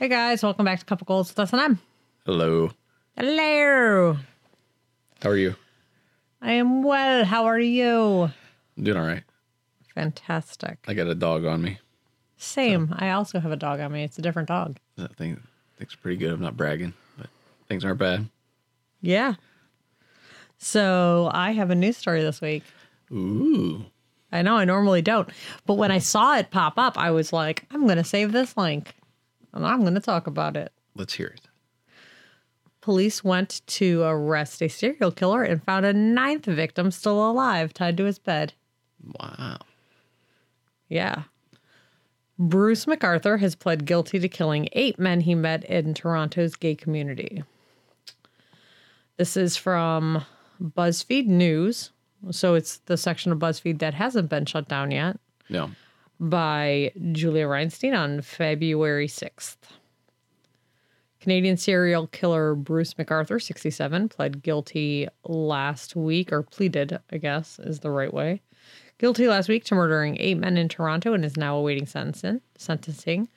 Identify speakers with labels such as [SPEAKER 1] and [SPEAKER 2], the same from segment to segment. [SPEAKER 1] Hey guys, welcome back to Couple Goals with us and I'm.
[SPEAKER 2] Hello.
[SPEAKER 1] Hello.
[SPEAKER 2] How are you?
[SPEAKER 1] I am well. How are you?
[SPEAKER 2] I'm doing all right.
[SPEAKER 1] Fantastic.
[SPEAKER 2] I got a dog on me.
[SPEAKER 1] Same. I also have a dog on me. It's a different dog.
[SPEAKER 2] That thing thing's pretty good. I'm not bragging, but things aren't bad.
[SPEAKER 1] Yeah. So I have a news story this week.
[SPEAKER 2] Ooh.
[SPEAKER 1] I know I normally don't, but when I saw it pop up, I was like, I'm going to save this link and I'm going to talk about it.
[SPEAKER 2] Let's hear it.
[SPEAKER 1] Police went to arrest a serial killer and found a ninth victim still alive tied to his bed.
[SPEAKER 2] Wow.
[SPEAKER 1] Yeah. Bruce MacArthur has pled guilty to killing eight men he met in Toronto's gay community. This is from BuzzFeed News. So it's the section of BuzzFeed that hasn't been shut down yet
[SPEAKER 2] No.
[SPEAKER 1] by Julia Reinstein on February 6th. Canadian serial killer Bruce MacArthur, 67, pled guilty last week, or pleaded, I guess is the right way. Guilty last week to murdering eight men in Toronto and is now awaiting sentencing. sentencing.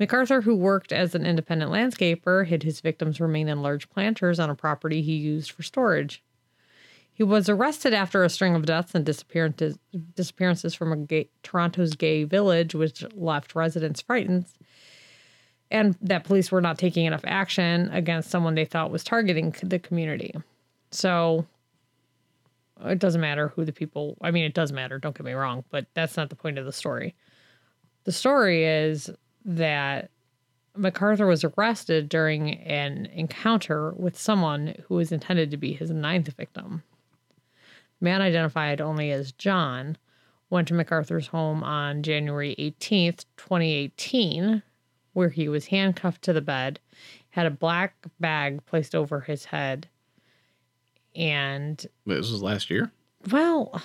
[SPEAKER 1] MacArthur, who worked as an independent landscaper, hid his victims' remain in large planters on a property he used for storage. He was arrested after a string of deaths and disappearances, disappearances from a gay, Toronto's gay village, which left residents frightened, and that police were not taking enough action against someone they thought was targeting the community. So it doesn't matter who the people. I mean, it does matter. Don't get me wrong, but that's not the point of the story. The story is that MacArthur was arrested during an encounter with someone who was intended to be his ninth victim man identified only as John, went to MacArthur's home on January 18th, 2018, where he was handcuffed to the bed, had a black bag placed over his head, and,
[SPEAKER 2] This was last year?
[SPEAKER 1] well,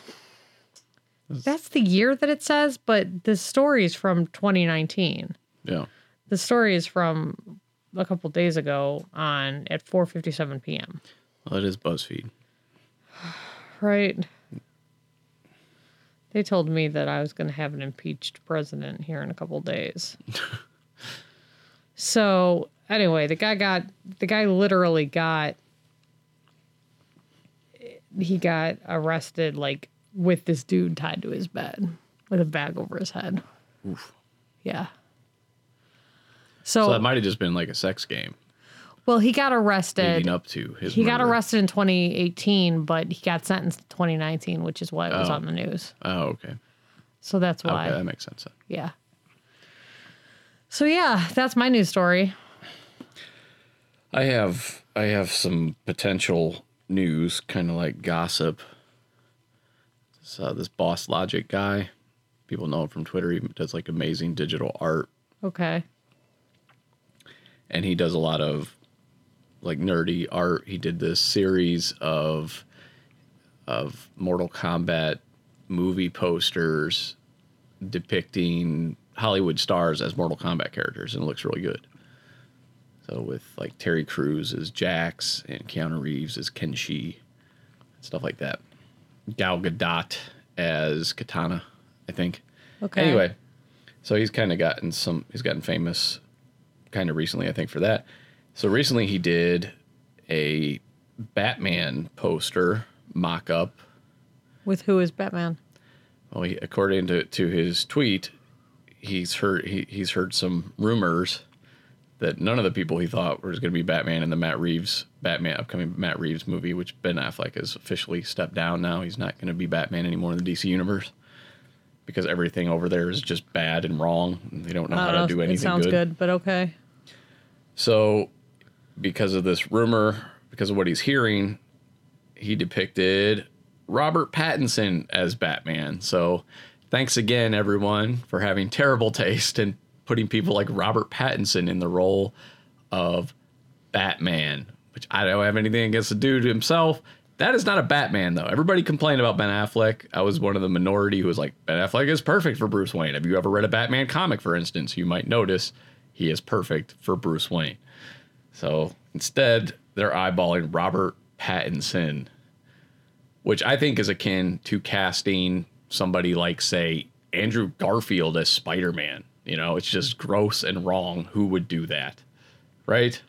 [SPEAKER 1] that's the year that it says, but the story is from 2019
[SPEAKER 2] Yeah.
[SPEAKER 1] the story is from a couple days ago on at 4:57 p.m.
[SPEAKER 2] Well, it Oh, is BuzzFeed.
[SPEAKER 1] Right. They told me that I was going to have an impeached president here in a couple days. so, anyway, the guy got the guy literally got he got arrested like with this dude tied to his bed with a bag over his head.
[SPEAKER 2] Oof.
[SPEAKER 1] Yeah. So,
[SPEAKER 2] So that might have just been like a sex game
[SPEAKER 1] well, he got arrested.
[SPEAKER 2] leading up to his.
[SPEAKER 1] He got
[SPEAKER 2] murder.
[SPEAKER 1] arrested in 2018, but he got sentenced in 2019, which is why it was
[SPEAKER 2] Oh.
[SPEAKER 1] on the news.
[SPEAKER 2] Oh, okay.
[SPEAKER 1] So that's why.
[SPEAKER 2] Okay, that makes sense. then.
[SPEAKER 1] Yeah. So yeah, that's my news story.
[SPEAKER 2] I have I have some potential news, kind of like gossip. So this Boss Logic guy, people know him from Twitter. He does like amazing digital art,
[SPEAKER 1] Okay.
[SPEAKER 2] and he does a lot of like nerdy art. He did this series of of Mortal Kombat movie posters depicting Hollywood stars as Mortal Kombat characters, and it looks really good. So with like Terry Crews as Jax and Keanu Reeves as Kenshi, stuff like that. Gal Gadot as Katana, I think.
[SPEAKER 1] Okay.
[SPEAKER 2] Anyway, so he's kind of gotten some. He's gotten famous, kind of recently, I think, for that. So recently, he did a Batman poster mock-up.
[SPEAKER 1] With who is Batman?
[SPEAKER 2] Well, he, according to, to his tweet, he's heard he, he's heard some rumors that none of the people he thought was going to be Batman in the Matt Reeves Batman upcoming Matt Reeves movie, which Ben Affleck has officially stepped down now. He's not going to be Batman anymore in the DC universe because everything over there is just bad and wrong. And they don't know
[SPEAKER 1] I
[SPEAKER 2] how
[SPEAKER 1] don't know.
[SPEAKER 2] to do anything
[SPEAKER 1] it sounds good. but okay.
[SPEAKER 2] so, because of this rumor, because of what he's hearing, he depicted Robert Pattinson as Batman. So, thanks again, everyone, for having terrible taste and putting people like Robert Pattinson in the role of Batman, which I don't have anything against the dude himself. That is not a Batman, though. Everybody complained about Ben Affleck. I was one of the minority who was like, Ben Affleck is perfect for Bruce Wayne. Have you ever read a Batman comic, for instance? You might notice he is perfect for Bruce Wayne. So instead, they're eyeballing Robert Pattinson, which I think is akin to casting somebody like, say, Andrew Garfield as Spider Man. You know, it's just gross and wrong. Who would do that? right?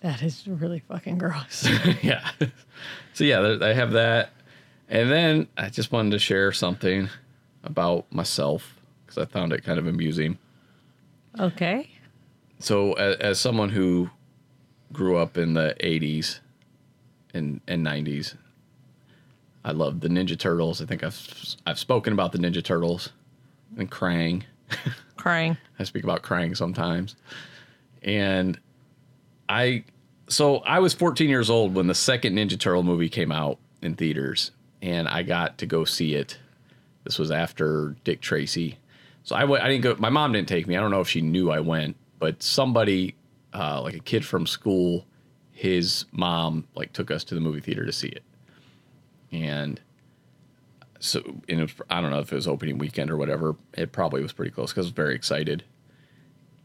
[SPEAKER 1] That is really fucking gross.
[SPEAKER 2] yeah. So yeah, there- I have that, and then I just wanted to share something about myself because I found it kind of amusing.
[SPEAKER 1] okay.
[SPEAKER 2] So as, as someone who grew up in the '80s and and '90s, I loved the Ninja Turtles. I think I've I've spoken about the Ninja Turtles and Krang.
[SPEAKER 1] Crying.
[SPEAKER 2] I speak about crying sometimes. And I so I was 14 years old when the second Ninja Turtle movie came out in theaters and I got to go see it. This was after Dick Tracy. So I went I didn't go my mom didn't take me. I don't know if she knew I went, but somebody uh, like a kid from school, his mom like took us to the movie theater to see it. And so and it was, I don't know if it was opening weekend or whatever. It probably was pretty close because I was very excited.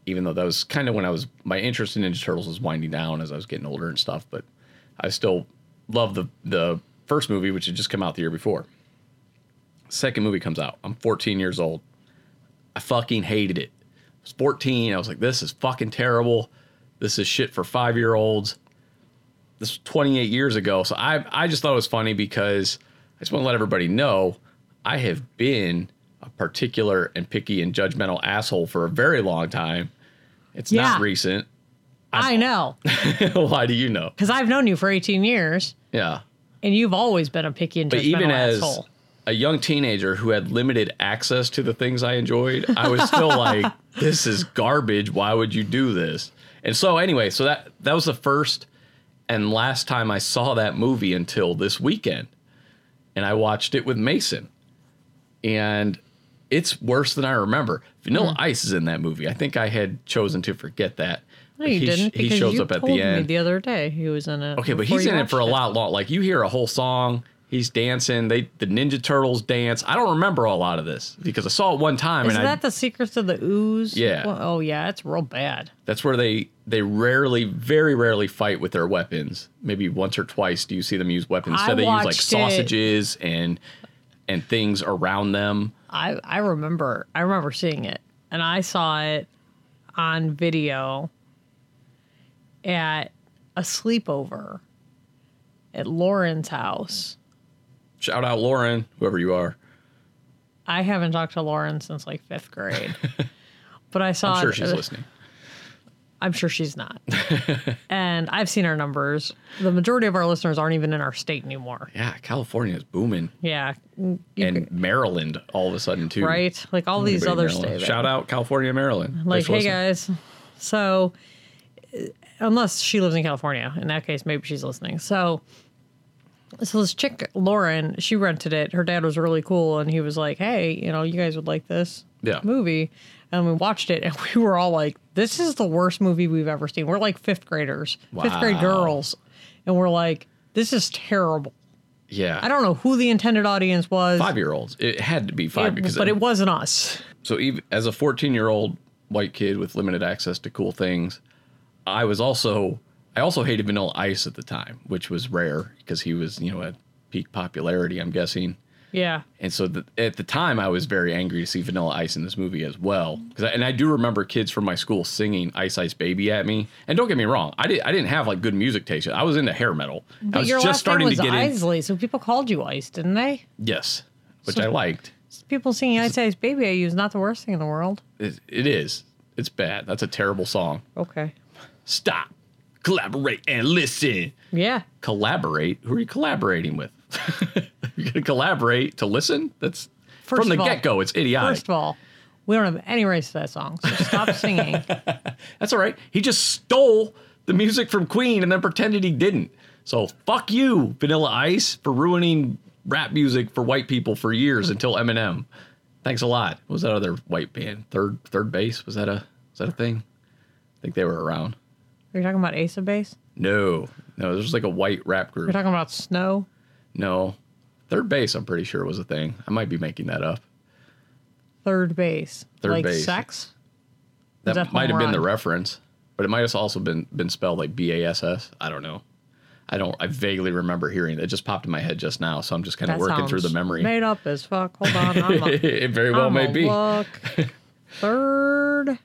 [SPEAKER 2] Even though that was kind of when I was my interest in Ninja Turtles was winding down as I was getting older and stuff, but I still love the the first movie which had just come out the year before. Second movie comes out. I'm 14 years old. I fucking hated it. I was 14. I was like, this is fucking terrible. This is shit for five year olds this was 28 years ago. So I I just thought it was funny because I just want to let everybody know I have been a particular and picky and judgmental asshole for a very long time. It's
[SPEAKER 1] Yeah.
[SPEAKER 2] not recent.
[SPEAKER 1] I know.
[SPEAKER 2] Why do you know?
[SPEAKER 1] Because I've known you for 18 years
[SPEAKER 2] Yeah.
[SPEAKER 1] and you've always been a picky and
[SPEAKER 2] But
[SPEAKER 1] judgmental
[SPEAKER 2] even as
[SPEAKER 1] asshole.
[SPEAKER 2] a young teenager who had limited access to the things I enjoyed, I was still like, this is garbage. Why would you do this? And so anyway, so that that was the first and last time I saw that movie until this weekend. And I watched it with Mason. And it's worse than I remember. Vanilla
[SPEAKER 1] Mm.
[SPEAKER 2] Ice is in that movie. I think I had chosen to forget that.
[SPEAKER 1] No,
[SPEAKER 2] But
[SPEAKER 1] you
[SPEAKER 2] he sh-
[SPEAKER 1] didn't.
[SPEAKER 2] He
[SPEAKER 1] Because
[SPEAKER 2] shows
[SPEAKER 1] you
[SPEAKER 2] up at
[SPEAKER 1] told
[SPEAKER 2] the
[SPEAKER 1] Me
[SPEAKER 2] end.
[SPEAKER 1] the other day, he was in it.
[SPEAKER 2] Okay, but
[SPEAKER 1] before
[SPEAKER 2] he's
[SPEAKER 1] you
[SPEAKER 2] in it for a
[SPEAKER 1] watched
[SPEAKER 2] lot long. Like you hear a whole song, he's dancing. They the Ninja Turtles dance. I don't remember a lot of this because I saw it one time,
[SPEAKER 1] Is
[SPEAKER 2] and
[SPEAKER 1] that
[SPEAKER 2] I,
[SPEAKER 1] the Secrets of the Ooze?
[SPEAKER 2] Yeah.
[SPEAKER 1] Well, oh yeah, it's real bad.
[SPEAKER 2] that's where they they rarely, very rarely fight with their weapons. Maybe once or twice do you see them use weapons.
[SPEAKER 1] I
[SPEAKER 2] So they use like
[SPEAKER 1] watched it.
[SPEAKER 2] sausages and and things around them.
[SPEAKER 1] I I remember I remember seeing it, and I saw it on video at a sleepover at Lauren's house.
[SPEAKER 2] Shout out Lauren, whoever you are.
[SPEAKER 1] I haven't talked to Lauren since like fifth grade, but I saw.
[SPEAKER 2] I'm sure
[SPEAKER 1] it-
[SPEAKER 2] she's listening.
[SPEAKER 1] I'm sure she's not. and I've seen our numbers. The majority of our listeners aren't even in our state anymore.
[SPEAKER 2] Yeah, California is booming,
[SPEAKER 1] Yeah, you
[SPEAKER 2] and Maryland all of a sudden too.
[SPEAKER 1] right? Like all these
[SPEAKER 2] Anybody in
[SPEAKER 1] other
[SPEAKER 2] Maryland?
[SPEAKER 1] states.
[SPEAKER 2] Shout out California, Maryland.
[SPEAKER 1] like,
[SPEAKER 2] Thanks for
[SPEAKER 1] hey
[SPEAKER 2] listening.
[SPEAKER 1] guys. So, uh, unless she lives in California, in that case, maybe she's listening. So, so this chick Lauren, she rented it. Her dad was really cool, and he was like, "Hey, you know, you guys would like this
[SPEAKER 2] Yeah.
[SPEAKER 1] movie." And we watched it, and we were all like, "This is the worst movie we've ever seen." We're like fifth graders, fifth grade
[SPEAKER 2] Wow.
[SPEAKER 1] girls, and we're like, "This is terrible."
[SPEAKER 2] Yeah,
[SPEAKER 1] I don't know who the intended audience was,
[SPEAKER 2] five year olds. It had to be five because
[SPEAKER 1] but it wasn't us.
[SPEAKER 2] so even as a 14 year old white kid with limited access to cool things, I was also I also hated Vanilla Ice at the time, which was rare because he was you know at peak popularity. I'm guessing.
[SPEAKER 1] Yeah,
[SPEAKER 2] And so the, at the time, I was very angry to see Vanilla Ice in this movie as well. 'Cause I, and I do remember kids from my school singing "Ice Ice Baby" at me. And don't get me wrong, I did I didn't have like good music taste. I was into hair metal. I
[SPEAKER 1] but
[SPEAKER 2] was
[SPEAKER 1] your
[SPEAKER 2] just
[SPEAKER 1] last
[SPEAKER 2] starting
[SPEAKER 1] name
[SPEAKER 2] to
[SPEAKER 1] was
[SPEAKER 2] get in.
[SPEAKER 1] Isley, so people called you Ice, didn't they?
[SPEAKER 2] Yes, which
[SPEAKER 1] So-
[SPEAKER 2] I liked.
[SPEAKER 1] people singing "I Say It's Baby I Use" not the worst thing in the world.
[SPEAKER 2] It, it is. It's bad. That's a terrible song.
[SPEAKER 1] Okay.
[SPEAKER 2] stop, collaborate, and listen.
[SPEAKER 1] Yeah.
[SPEAKER 2] Collaborate? Who are you collaborating with? You're gonna collaborate to listen? That's
[SPEAKER 1] First
[SPEAKER 2] from the
[SPEAKER 1] of all-
[SPEAKER 2] get go. It's idiotic.
[SPEAKER 1] First of all, we don't have any rights to that song, so stop singing.
[SPEAKER 2] That's all right. He just stole the music from Queen and then pretended he didn't. So fuck you, Vanilla Ice, for ruining rap music for white people for years until Eminem. Thanks a lot. What was that other white band? Third Third Base? Was that a was that a thing? I think they were around.
[SPEAKER 1] Are you talking about Ace of Base?
[SPEAKER 2] No, no, there was like a white rap group.
[SPEAKER 1] You're talking about Snow?
[SPEAKER 2] No. Third base, I'm pretty sure was a thing. I might be making that up.
[SPEAKER 1] Third base.
[SPEAKER 2] Third
[SPEAKER 1] like
[SPEAKER 2] base.
[SPEAKER 1] sex?
[SPEAKER 2] That
[SPEAKER 1] Definitely
[SPEAKER 2] might have been the
[SPEAKER 1] wrong.
[SPEAKER 2] reference, but it might have also been been spelled like B A S S. I don't know. I don't. I vaguely remember hearing it. It just popped in my head just now, so I'm just kind of
[SPEAKER 1] That
[SPEAKER 2] working through the
[SPEAKER 1] sounds
[SPEAKER 2] memory.
[SPEAKER 1] Made up as fuck. Hold on. I'm a,
[SPEAKER 2] it very well
[SPEAKER 1] I'm
[SPEAKER 2] may
[SPEAKER 1] a
[SPEAKER 2] be.
[SPEAKER 1] Look. Third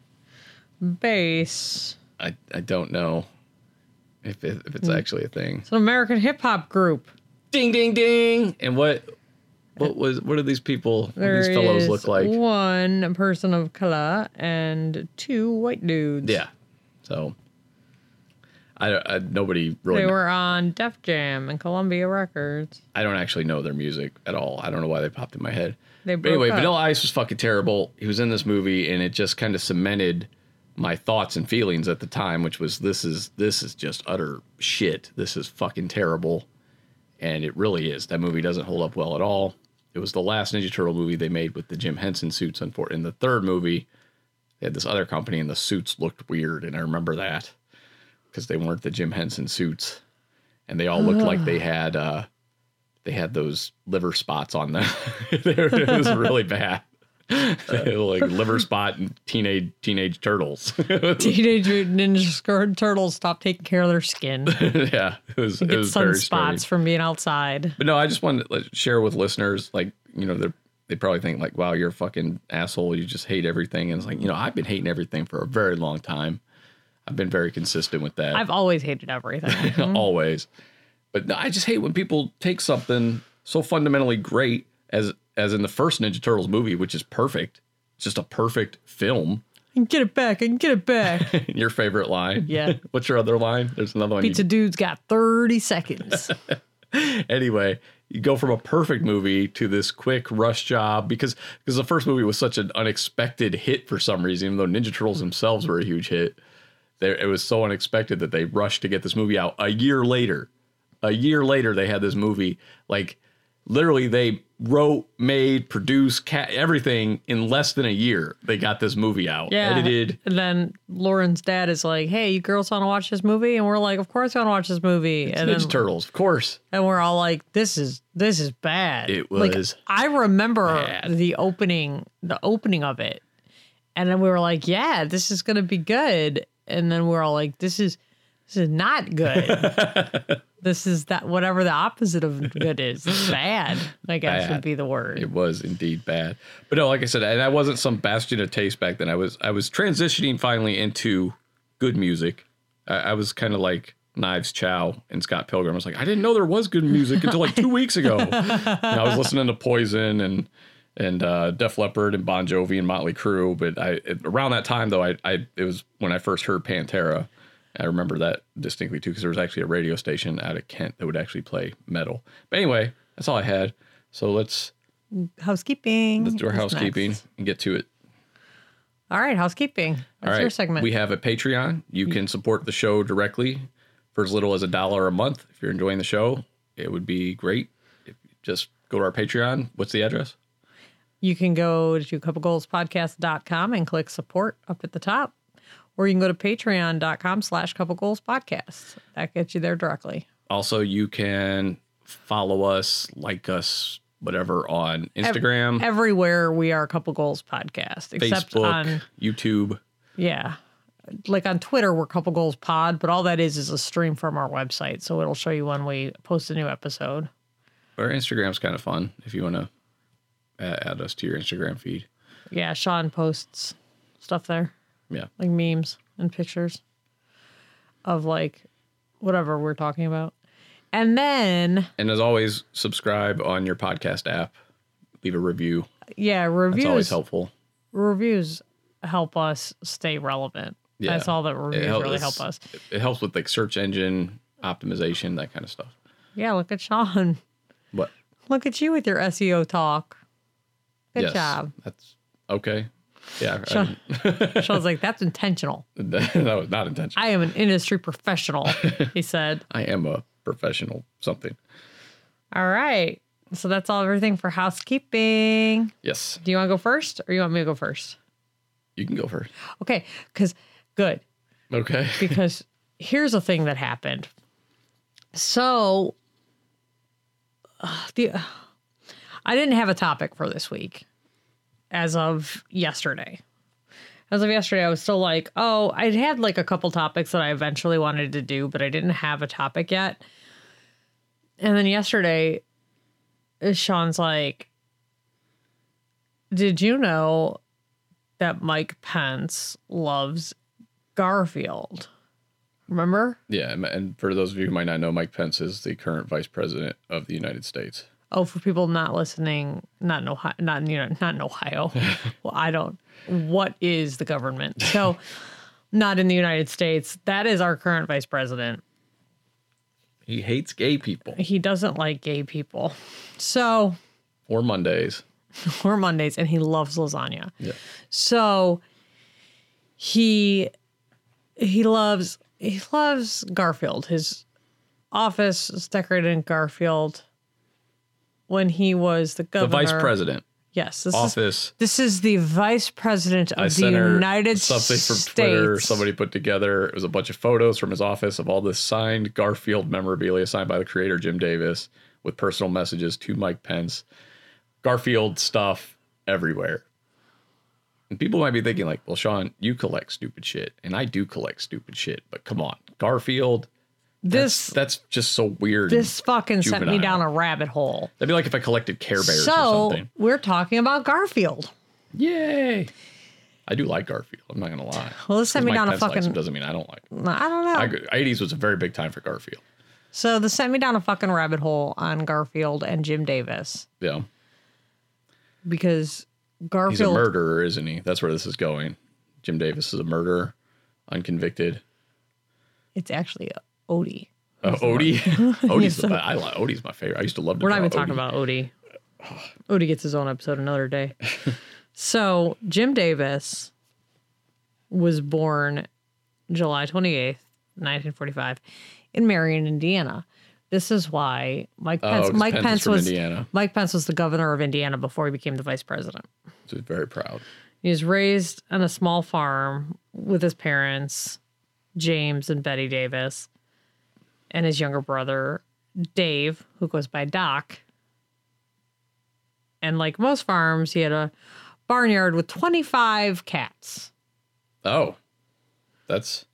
[SPEAKER 1] base.
[SPEAKER 2] I I don't know if it, if it's
[SPEAKER 1] Mm.
[SPEAKER 2] actually a thing.
[SPEAKER 1] It's an American hip hop group.
[SPEAKER 2] Ding ding ding. And what what was what do these people what do
[SPEAKER 1] Uh, There
[SPEAKER 2] these fellows
[SPEAKER 1] is
[SPEAKER 2] look like?
[SPEAKER 1] one person of color and two white dudes.
[SPEAKER 2] Yeah. So I, don't- I nobody really
[SPEAKER 1] They were on Def Jam and Columbia Records.
[SPEAKER 2] I don't actually know their music at all. I don't know why they popped in my head.
[SPEAKER 1] They
[SPEAKER 2] But anyway,
[SPEAKER 1] broke up.
[SPEAKER 2] Vanilla Ice was fucking terrible. He was in this movie, and it just kind of cemented my thoughts and feelings at the time, which was this is this is just utter shit. This is fucking terrible, and it really is. That movie doesn't hold up well at all. It was the last Ninja Turtle movie they made with the Jim Henson suits. Unfor- in the third movie, they had this other company, and the suits looked weird, and I remember that because they weren't the Jim Henson suits, and they all looked
[SPEAKER 1] Ah.
[SPEAKER 2] like they had. uh they had those liver spots on them. it was really bad. They were like liver spot and teenage teenage turtles.
[SPEAKER 1] Teenage Mutant Ninja Skur- Turtles stopped taking care of their skin.
[SPEAKER 2] yeah, it was it
[SPEAKER 1] Get
[SPEAKER 2] was very
[SPEAKER 1] sunspots
[SPEAKER 2] strange.
[SPEAKER 1] from being outside.
[SPEAKER 2] But no, I just wanted to like, share with listeners, like you know, they they probably think like, wow, you're a fucking asshole. You just hate everything, and it's like you know, I've been hating everything for a very long time. I've been very consistent with that.
[SPEAKER 1] I've always hated everything.
[SPEAKER 2] always. But no, I just hate when people take something so fundamentally great as as in the first Ninja Turtles movie, which is perfect. It's just a perfect film.
[SPEAKER 1] I can get it back. I can get it back.
[SPEAKER 2] Your favorite line?
[SPEAKER 1] Yeah.
[SPEAKER 2] What's your other line? There's another one. you-
[SPEAKER 1] Pizza dude's got 30 seconds.
[SPEAKER 2] anyway, you go from a perfect movie to this quick rush job because because the first movie was such an unexpected hit for some reason, even though Ninja Turtles themselves were a huge hit. There, it was so unexpected that they rushed to get this movie out a year later. A year later, they had this movie. Like literally, they wrote, made, produced, ca- everything in less than a year. They got this movie out,
[SPEAKER 1] Yeah.
[SPEAKER 2] edited.
[SPEAKER 1] And then Lauren's dad is like, hey, you girls want to watch this movie? And we're like, of course we want to watch this movie. And,
[SPEAKER 2] Ninja
[SPEAKER 1] then,
[SPEAKER 2] Turtles, of course.
[SPEAKER 1] and we're all like, this is this is bad.
[SPEAKER 2] It was
[SPEAKER 1] Like, I remember
[SPEAKER 2] bad.
[SPEAKER 1] the opening, the opening of it. And then we were like, yeah, this is going to be good. And then we're all like, this is this is not good. this is that whatever the opposite of good is. It's bad, I guess
[SPEAKER 2] Bad.
[SPEAKER 1] would be the word.
[SPEAKER 2] It was indeed bad. But no, like I said, and I wasn't some bastion of taste back then. I was I was transitioning finally into good music. I, I was kind of like Knives Chow and Scott Pilgrim. I was like, I didn't know there was good music until like two weeks ago. And I was listening to Poison and and uh, Def Leppard and Bon Jovi and Motley Crue. But I it- around that time though, I, I it was when I first heard Pantera. I remember that distinctly too, because there was actually a radio station out of Kent that would actually play metal. But anyway, that's all I had. So let's
[SPEAKER 1] Housekeeping.
[SPEAKER 2] Let's do our
[SPEAKER 1] is
[SPEAKER 2] housekeeping
[SPEAKER 1] next.
[SPEAKER 2] and get to it.
[SPEAKER 1] All right, housekeeping. That's
[SPEAKER 2] All right.
[SPEAKER 1] your segment.
[SPEAKER 2] We have a Patreon. You can support the show directly for as little as a dollar a month. If you're enjoying the show, it would be great. If you just go to our Patreon. What's the address?
[SPEAKER 1] you can go to couplegoalspodcast.com and click support up at the top. Or you can go to patreon.com slash couple goals podcast. That gets you there directly.
[SPEAKER 2] Also, you can follow us, like us, whatever on Instagram,
[SPEAKER 1] Everywhere we are couple goals podcast. Except
[SPEAKER 2] Hmm. Facebook,
[SPEAKER 1] on
[SPEAKER 2] YouTube.
[SPEAKER 1] yeah. Like on Twitter, we're couple goals pod, but all that is is a stream from our website. So it'll show you when we post a new episode.
[SPEAKER 2] Our Instagram's kind of fun if you want to add us to your Instagram feed.
[SPEAKER 1] Yeah, Sean posts stuff there.
[SPEAKER 2] Yeah.
[SPEAKER 1] like memes and pictures of like whatever we're talking about. And then,
[SPEAKER 2] And as always, subscribe on your podcast app. Leave a review.
[SPEAKER 1] yeah,
[SPEAKER 2] It's always
[SPEAKER 1] reviews
[SPEAKER 2] helpful.
[SPEAKER 1] reviews help us stay relevant.
[SPEAKER 2] Yeah.
[SPEAKER 1] That's all that reviews
[SPEAKER 2] help-
[SPEAKER 1] really
[SPEAKER 2] it's-
[SPEAKER 1] help us.
[SPEAKER 2] it helps with like search engine optimization, that kind of stuff.
[SPEAKER 1] Yeah, look at Sean.
[SPEAKER 2] But
[SPEAKER 1] Look at you with your SEO talk. Good
[SPEAKER 2] yes,
[SPEAKER 1] job.
[SPEAKER 2] That's okay. Yeah, I-
[SPEAKER 1] Sean, Sean's like, that's intentional.
[SPEAKER 2] that was not intentional.
[SPEAKER 1] I am an industry professional, he said.
[SPEAKER 2] I am a professional something.
[SPEAKER 1] All right. So that's all everything for housekeeping.
[SPEAKER 2] Yes,
[SPEAKER 1] Do you want to go first or you want me to go first?
[SPEAKER 2] you can go first.
[SPEAKER 1] Okay. Because good.
[SPEAKER 2] Okay.
[SPEAKER 1] because here's a thing that happened. So, uh, the I didn't have a topic for this week as of yesterday. As of yesterday, I was still like, oh, I had like a couple topics that I eventually wanted to do, but I didn't have a topic yet. And then yesterday, uh, Sean's like, did you know that Mike Pence loves Garfield. Remember?
[SPEAKER 2] Yeah, and- and for those of you who might not know, Mike Pence is the current vice president of the United States.
[SPEAKER 1] Oh, for people not listening, not in Ohio, not in, you know, not in Ohio. well, I don't. What is the government? So, not in the United States. That is our current vice president.
[SPEAKER 2] He hates gay people
[SPEAKER 1] He doesn't like gay people. So,
[SPEAKER 2] or Mondays.
[SPEAKER 1] or Mondays, and he loves lasagna. So he he loves he loves Garfield. His office is decorated in Garfield when he was the
[SPEAKER 2] The
[SPEAKER 1] governor.
[SPEAKER 2] vice president
[SPEAKER 1] Yes, this is
[SPEAKER 2] office.
[SPEAKER 1] this is the vice president of
[SPEAKER 2] I
[SPEAKER 1] the
[SPEAKER 2] sent her
[SPEAKER 1] United
[SPEAKER 2] something from
[SPEAKER 1] States.
[SPEAKER 2] Twitter. Somebody put together. It was a bunch of photos from his office of all this signed Garfield memorabilia signed by the creator Jim Davis with personal messages to Mike Pence. Garfield stuff everywhere. And people might be thinking like, "Well, Sean, you collect stupid shit, and I do collect stupid shit, but come on, Garfield."
[SPEAKER 1] this
[SPEAKER 2] That's just so weird.
[SPEAKER 1] this fucking sent me
[SPEAKER 2] juvenile.
[SPEAKER 1] down a rabbit hole.
[SPEAKER 2] That'd be like if I collected Care Bears
[SPEAKER 1] So
[SPEAKER 2] or something.
[SPEAKER 1] we're talking about Garfield.
[SPEAKER 2] Yay! I do like Garfield. I'm not gonna lie.
[SPEAKER 1] Well, this sent me
[SPEAKER 2] Mike
[SPEAKER 1] down a
[SPEAKER 2] Pence likes him
[SPEAKER 1] fucking.
[SPEAKER 2] doesn't mean I don't like. Him.
[SPEAKER 1] I don't know.
[SPEAKER 2] I agree. 80s was a very big time for Garfield.
[SPEAKER 1] So this sent me down a fucking rabbit hole on Garfield and Jim Davis
[SPEAKER 2] Yeah,
[SPEAKER 1] because Garfield.
[SPEAKER 2] he's a murderer, isn't he? That's where this is going. Jim Davis is a murderer, unconvicted.
[SPEAKER 1] It's actually Odie.
[SPEAKER 2] Uh, Odie, Odie's
[SPEAKER 1] Yes.
[SPEAKER 2] the best. I like Odie's my favorite. I used to love. To
[SPEAKER 1] We're not
[SPEAKER 2] draw
[SPEAKER 1] even talking
[SPEAKER 2] Odie.
[SPEAKER 1] about Odie. Odie gets his own episode another day. so Jim Davis was born July 28th, 1945, in Marion, Indiana. This is why Mike
[SPEAKER 2] Oh,
[SPEAKER 1] Pence,
[SPEAKER 2] 'cause
[SPEAKER 1] Mike
[SPEAKER 2] Pence is
[SPEAKER 1] Pence
[SPEAKER 2] from
[SPEAKER 1] was
[SPEAKER 2] Indiana.
[SPEAKER 1] Mike Pence was the governor of Indiana before he became the vice president.
[SPEAKER 2] So he's very proud.
[SPEAKER 1] He was raised on a small farm with his parents, James and Betty Davis, and his younger brother, Dave, who goes by Doc. And like most farms, he had a barnyard with 25 cats.
[SPEAKER 2] Oh, that's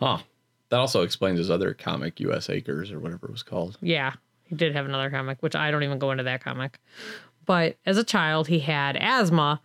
[SPEAKER 2] huh. That also explains his other comic, U.S. Acres or whatever it was called.
[SPEAKER 1] Yeah, he did have another comic, which I don't even go into that comic. But as a child, he had asthma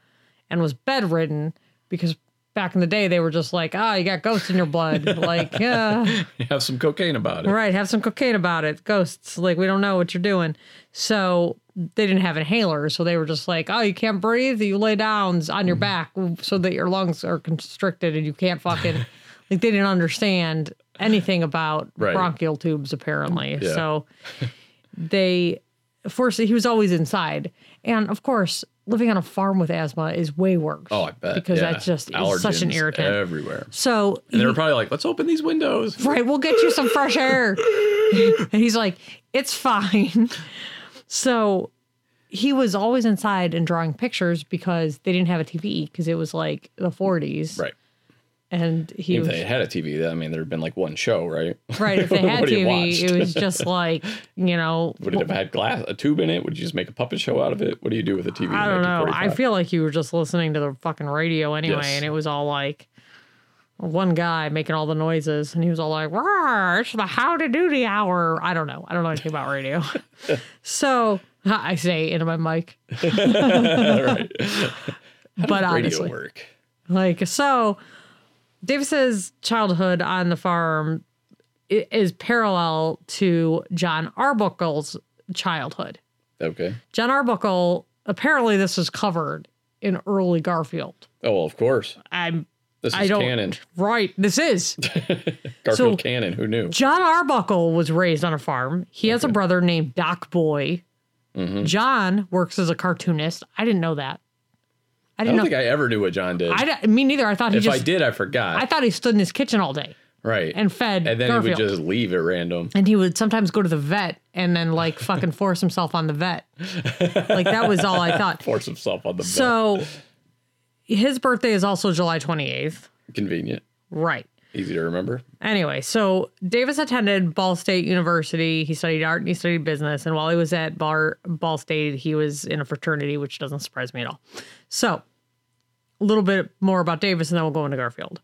[SPEAKER 1] and was bedridden because back in the day, they were just like, ah, you got ghosts in your blood. like, yeah.
[SPEAKER 2] Have some cocaine about it.
[SPEAKER 1] Right. Have some cocaine about it. Ghosts. Like, we don't know what you're doing. So they didn't have inhalers. So they were just like, oh, you can't breathe. You lay down on your back
[SPEAKER 2] Mm-hmm.
[SPEAKER 1] so that your lungs are constricted and you can't fucking. like, they didn't understand anything about
[SPEAKER 2] Right.
[SPEAKER 1] bronchial tubes, apparently.
[SPEAKER 2] Yeah.
[SPEAKER 1] So they forced He was always inside. And of course, living on a farm with asthma is way worse.
[SPEAKER 2] Oh, I bet
[SPEAKER 1] Because
[SPEAKER 2] yeah.
[SPEAKER 1] that's just is such an
[SPEAKER 2] Allergens
[SPEAKER 1] irritant.
[SPEAKER 2] everywhere.
[SPEAKER 1] so
[SPEAKER 2] And they were probably like, "Let's open these windows."
[SPEAKER 1] right, we'll get you some fresh air. and he's like, it's fine. So he was always inside and drawing pictures because they didn't have a TV because it was like the 40s.
[SPEAKER 2] Right.
[SPEAKER 1] And he
[SPEAKER 2] If
[SPEAKER 1] was
[SPEAKER 2] they had a TV, I mean, there had been like one show, right?
[SPEAKER 1] right. If they had
[SPEAKER 2] what he
[SPEAKER 1] TV,
[SPEAKER 2] watched.
[SPEAKER 1] it was just like, you know,
[SPEAKER 2] Would it have had glass, a tube in it? Would you just make a puppet show out of it? What do you do with a TV? in
[SPEAKER 1] I don't know. I
[SPEAKER 2] 1945?
[SPEAKER 1] feel like you were just listening to the fucking radio anyway,
[SPEAKER 2] Yes.
[SPEAKER 1] and it was all like one guy making all the noises, and he was all like, "Rawr, "It's the howdy doody hour." I don't know. I don't know anything about radio, so I say into my mic. but
[SPEAKER 2] radio
[SPEAKER 1] honestly,
[SPEAKER 2] work.
[SPEAKER 1] like so, Davis's childhood on the farm i- is parallel to John Arbuckle's childhood.
[SPEAKER 2] Okay.
[SPEAKER 1] John Arbuckle, apparently this was covered in early Garfield.
[SPEAKER 2] Oh well, of course.
[SPEAKER 1] I'm
[SPEAKER 2] This
[SPEAKER 1] I
[SPEAKER 2] is
[SPEAKER 1] don't-
[SPEAKER 2] canon.
[SPEAKER 1] right. This is
[SPEAKER 2] Garfield
[SPEAKER 1] So-
[SPEAKER 2] canon. Who knew?
[SPEAKER 1] John Arbuckle was raised on a farm. He has a brother named Doc Boy.
[SPEAKER 2] Mm-hmm.
[SPEAKER 1] John works as a cartoonist. I didn't know that. I
[SPEAKER 2] I don't
[SPEAKER 1] didn't
[SPEAKER 2] think
[SPEAKER 1] know.
[SPEAKER 2] I ever knew what John did.
[SPEAKER 1] I, don't- me neither. I thought he
[SPEAKER 2] if
[SPEAKER 1] just.
[SPEAKER 2] I did, I forgot.
[SPEAKER 1] I thought he stood in his kitchen all day
[SPEAKER 2] right.
[SPEAKER 1] and fed
[SPEAKER 2] And then
[SPEAKER 1] Garfield.
[SPEAKER 2] he would just leave at random.
[SPEAKER 1] and he would sometimes go to the vet and then like fucking force himself on the vet. Like that was all I thought.
[SPEAKER 2] Force himself on the bed.
[SPEAKER 1] So his birthday is also July 28th.
[SPEAKER 2] Convenient.
[SPEAKER 1] Right.
[SPEAKER 2] Easy to remember.
[SPEAKER 1] Anyway, so Davis attended Ball State University. He studied art and he studied business. And while he was at Bar, Ball State, he was in a fraternity, which doesn't surprise me at all. So, a little bit more about Davis, and then we'll go into Garfield.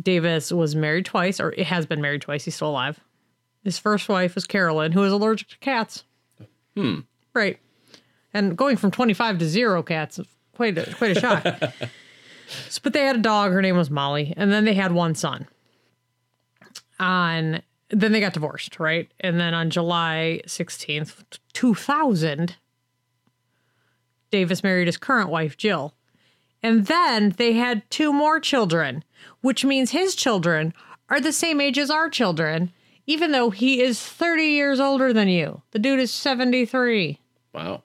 [SPEAKER 1] Davis was married twice, or has been married twice. He's still alive. His first wife was Carolyn, who was allergic to cats. Hmm. Right. And going from 25 to zero cats, quite a, quite a shock. So, but they had a dog. Her name was Molly, and then they had one son. On then they got divorced, right? And then on July sixteenth, two thousand, Davis married his current wife, Jill, and then they had two more children, which means his children are the same age as our children, even though he is thirty years older than you. The dude is seventy three.
[SPEAKER 2] Wow.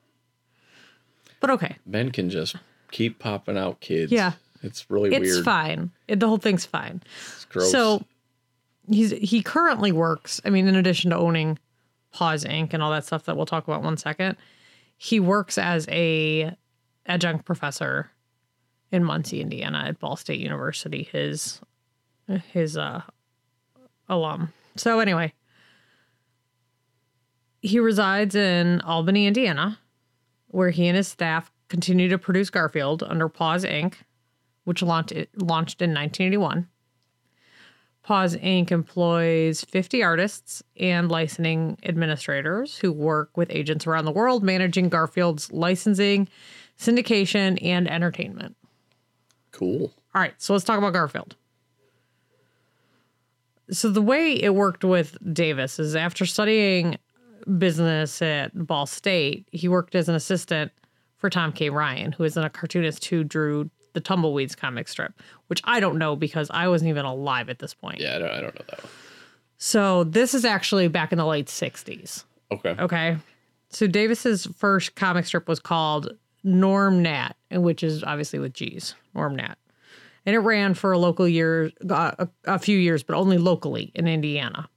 [SPEAKER 1] But okay,
[SPEAKER 2] Men can just keep popping out kids.
[SPEAKER 1] Yeah.
[SPEAKER 2] It's really
[SPEAKER 1] it's
[SPEAKER 2] weird.
[SPEAKER 1] fine. It, the whole thing's fine.
[SPEAKER 2] It's gross.
[SPEAKER 1] So he's he currently works. I mean, in addition to owning Paws Inc. and all that stuff that we'll talk about in one second, he works as a adjunct professor in Muncie, Indiana, at Ball State University. His his uh alum. So anyway, he resides in Albany, Indiana, where he and his staff continue to produce Garfield under Paws Inc., which launched launched in 1981. Paws Inc. employs 50 artists and licensing administrators who work with agents around the world managing Garfield's licensing, syndication, and entertainment.
[SPEAKER 2] cool.
[SPEAKER 1] All right, so let's talk about Garfield. So the way it worked with Davis is after studying business at Ball State, he worked as an assistant for Tom K. Ryan, who is a cartoonist who drew the Tumbleweeds comic strip, which I don't know because I wasn't even alive at this point.
[SPEAKER 2] Yeah, I don't, I don't know that one.
[SPEAKER 1] So this is actually back in the late 60s.
[SPEAKER 2] Okay.
[SPEAKER 1] Okay. So Davis's first comic strip was called Norm Nat, and which is obviously with G's, Norm Nat. And it ran for a local year, uh, a, a few years, but only locally in Indiana.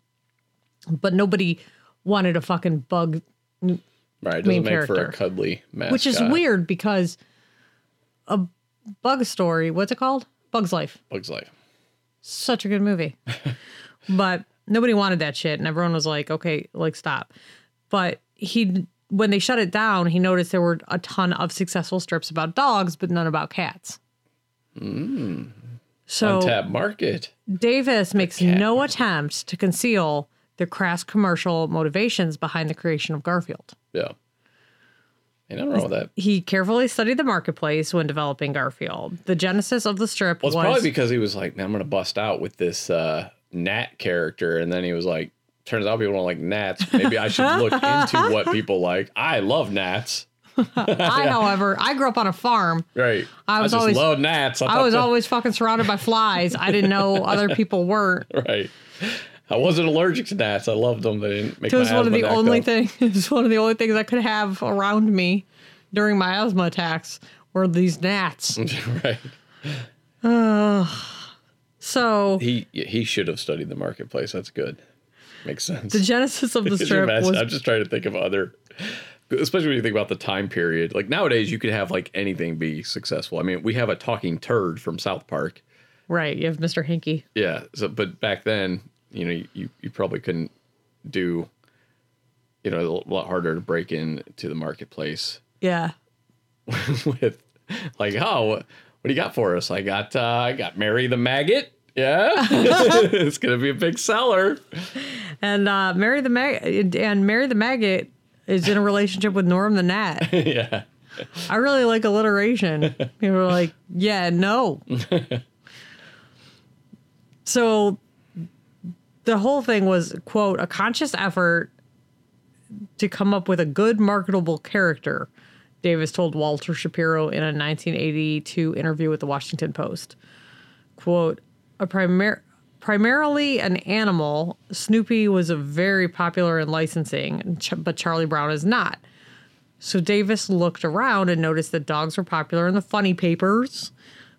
[SPEAKER 1] But nobody wanted a fucking bug,
[SPEAKER 2] Right. It
[SPEAKER 1] Main
[SPEAKER 2] doesn't make for a
[SPEAKER 1] character.
[SPEAKER 2] cuddly mascot.
[SPEAKER 1] which is weird because a bug story, what's it called? Bug's Life.
[SPEAKER 2] Bugs Life.
[SPEAKER 1] such a good movie. but nobody wanted that shit and everyone was like, "Okay, like stop." But he when they shut it down, he noticed there were a ton of successful strips about dogs but none about cats. So
[SPEAKER 2] Hmm. Untapped market.
[SPEAKER 1] Davis makes no attempt to conceal the crass commercial motivations behind the creation of Garfield.
[SPEAKER 2] Yeah. Ain't nothing wrong with that.
[SPEAKER 1] He carefully studied the marketplace when developing Garfield. The genesis of the strip
[SPEAKER 2] Well, it's
[SPEAKER 1] was
[SPEAKER 2] probably because he was like, "Man, I'm gonna bust out with this uh, Nat character, and then he was like, turns out people don't like gnats. Maybe I should look into what people like. I love gnats.
[SPEAKER 1] I, however, I grew up on a farm
[SPEAKER 2] Right.
[SPEAKER 1] I was
[SPEAKER 2] just
[SPEAKER 1] always-
[SPEAKER 2] love gnats.
[SPEAKER 1] I
[SPEAKER 2] thought
[SPEAKER 1] was
[SPEAKER 2] that-
[SPEAKER 1] always fucking surrounded by flies. I didn't know other people weren't.
[SPEAKER 2] right. I wasn't allergic to gnats. I loved them. They didn't make
[SPEAKER 1] It
[SPEAKER 2] my
[SPEAKER 1] was one of
[SPEAKER 2] asthma
[SPEAKER 1] the
[SPEAKER 2] act
[SPEAKER 1] only
[SPEAKER 2] up.
[SPEAKER 1] things. It was one of the only things I could have around me during my asthma attacks were these gnats.
[SPEAKER 2] right.
[SPEAKER 1] So
[SPEAKER 2] He he should have studied the marketplace. That's good. Makes sense.
[SPEAKER 1] the genesis of the
[SPEAKER 2] Could you
[SPEAKER 1] strip
[SPEAKER 2] imagine?
[SPEAKER 1] was
[SPEAKER 2] I'm just trying to think of other, especially when you think about the time period. Like nowadays, you could have like anything be successful. I mean, we have a talking turd from South Park.
[SPEAKER 1] right. You have Mr. Hinky.
[SPEAKER 2] Yeah. So, but back then, you know, you you probably couldn't do. You know, a lot harder to break into the marketplace
[SPEAKER 1] Yeah,
[SPEAKER 2] with, like, oh, what, what do you got for us? I got uh, I got Mary the maggot. Yeah, it's gonna be a big seller.
[SPEAKER 1] and uh, Mary the Mag- and Mary the Maggot is in a relationship with Norm the Gnat.
[SPEAKER 2] yeah.
[SPEAKER 1] I really like alliteration. People are like, yeah, no. so the whole thing was, quote, a conscious effort to come up with a good marketable character, Davis told Walter Shapiro in a 1982 interview with the Washington Post. Quote, a primar- primarily an animal, Snoopy was a very popular in licensing, and Ch- but Charlie Brown is not. So Davis looked around and noticed that dogs were popular in the funny papers,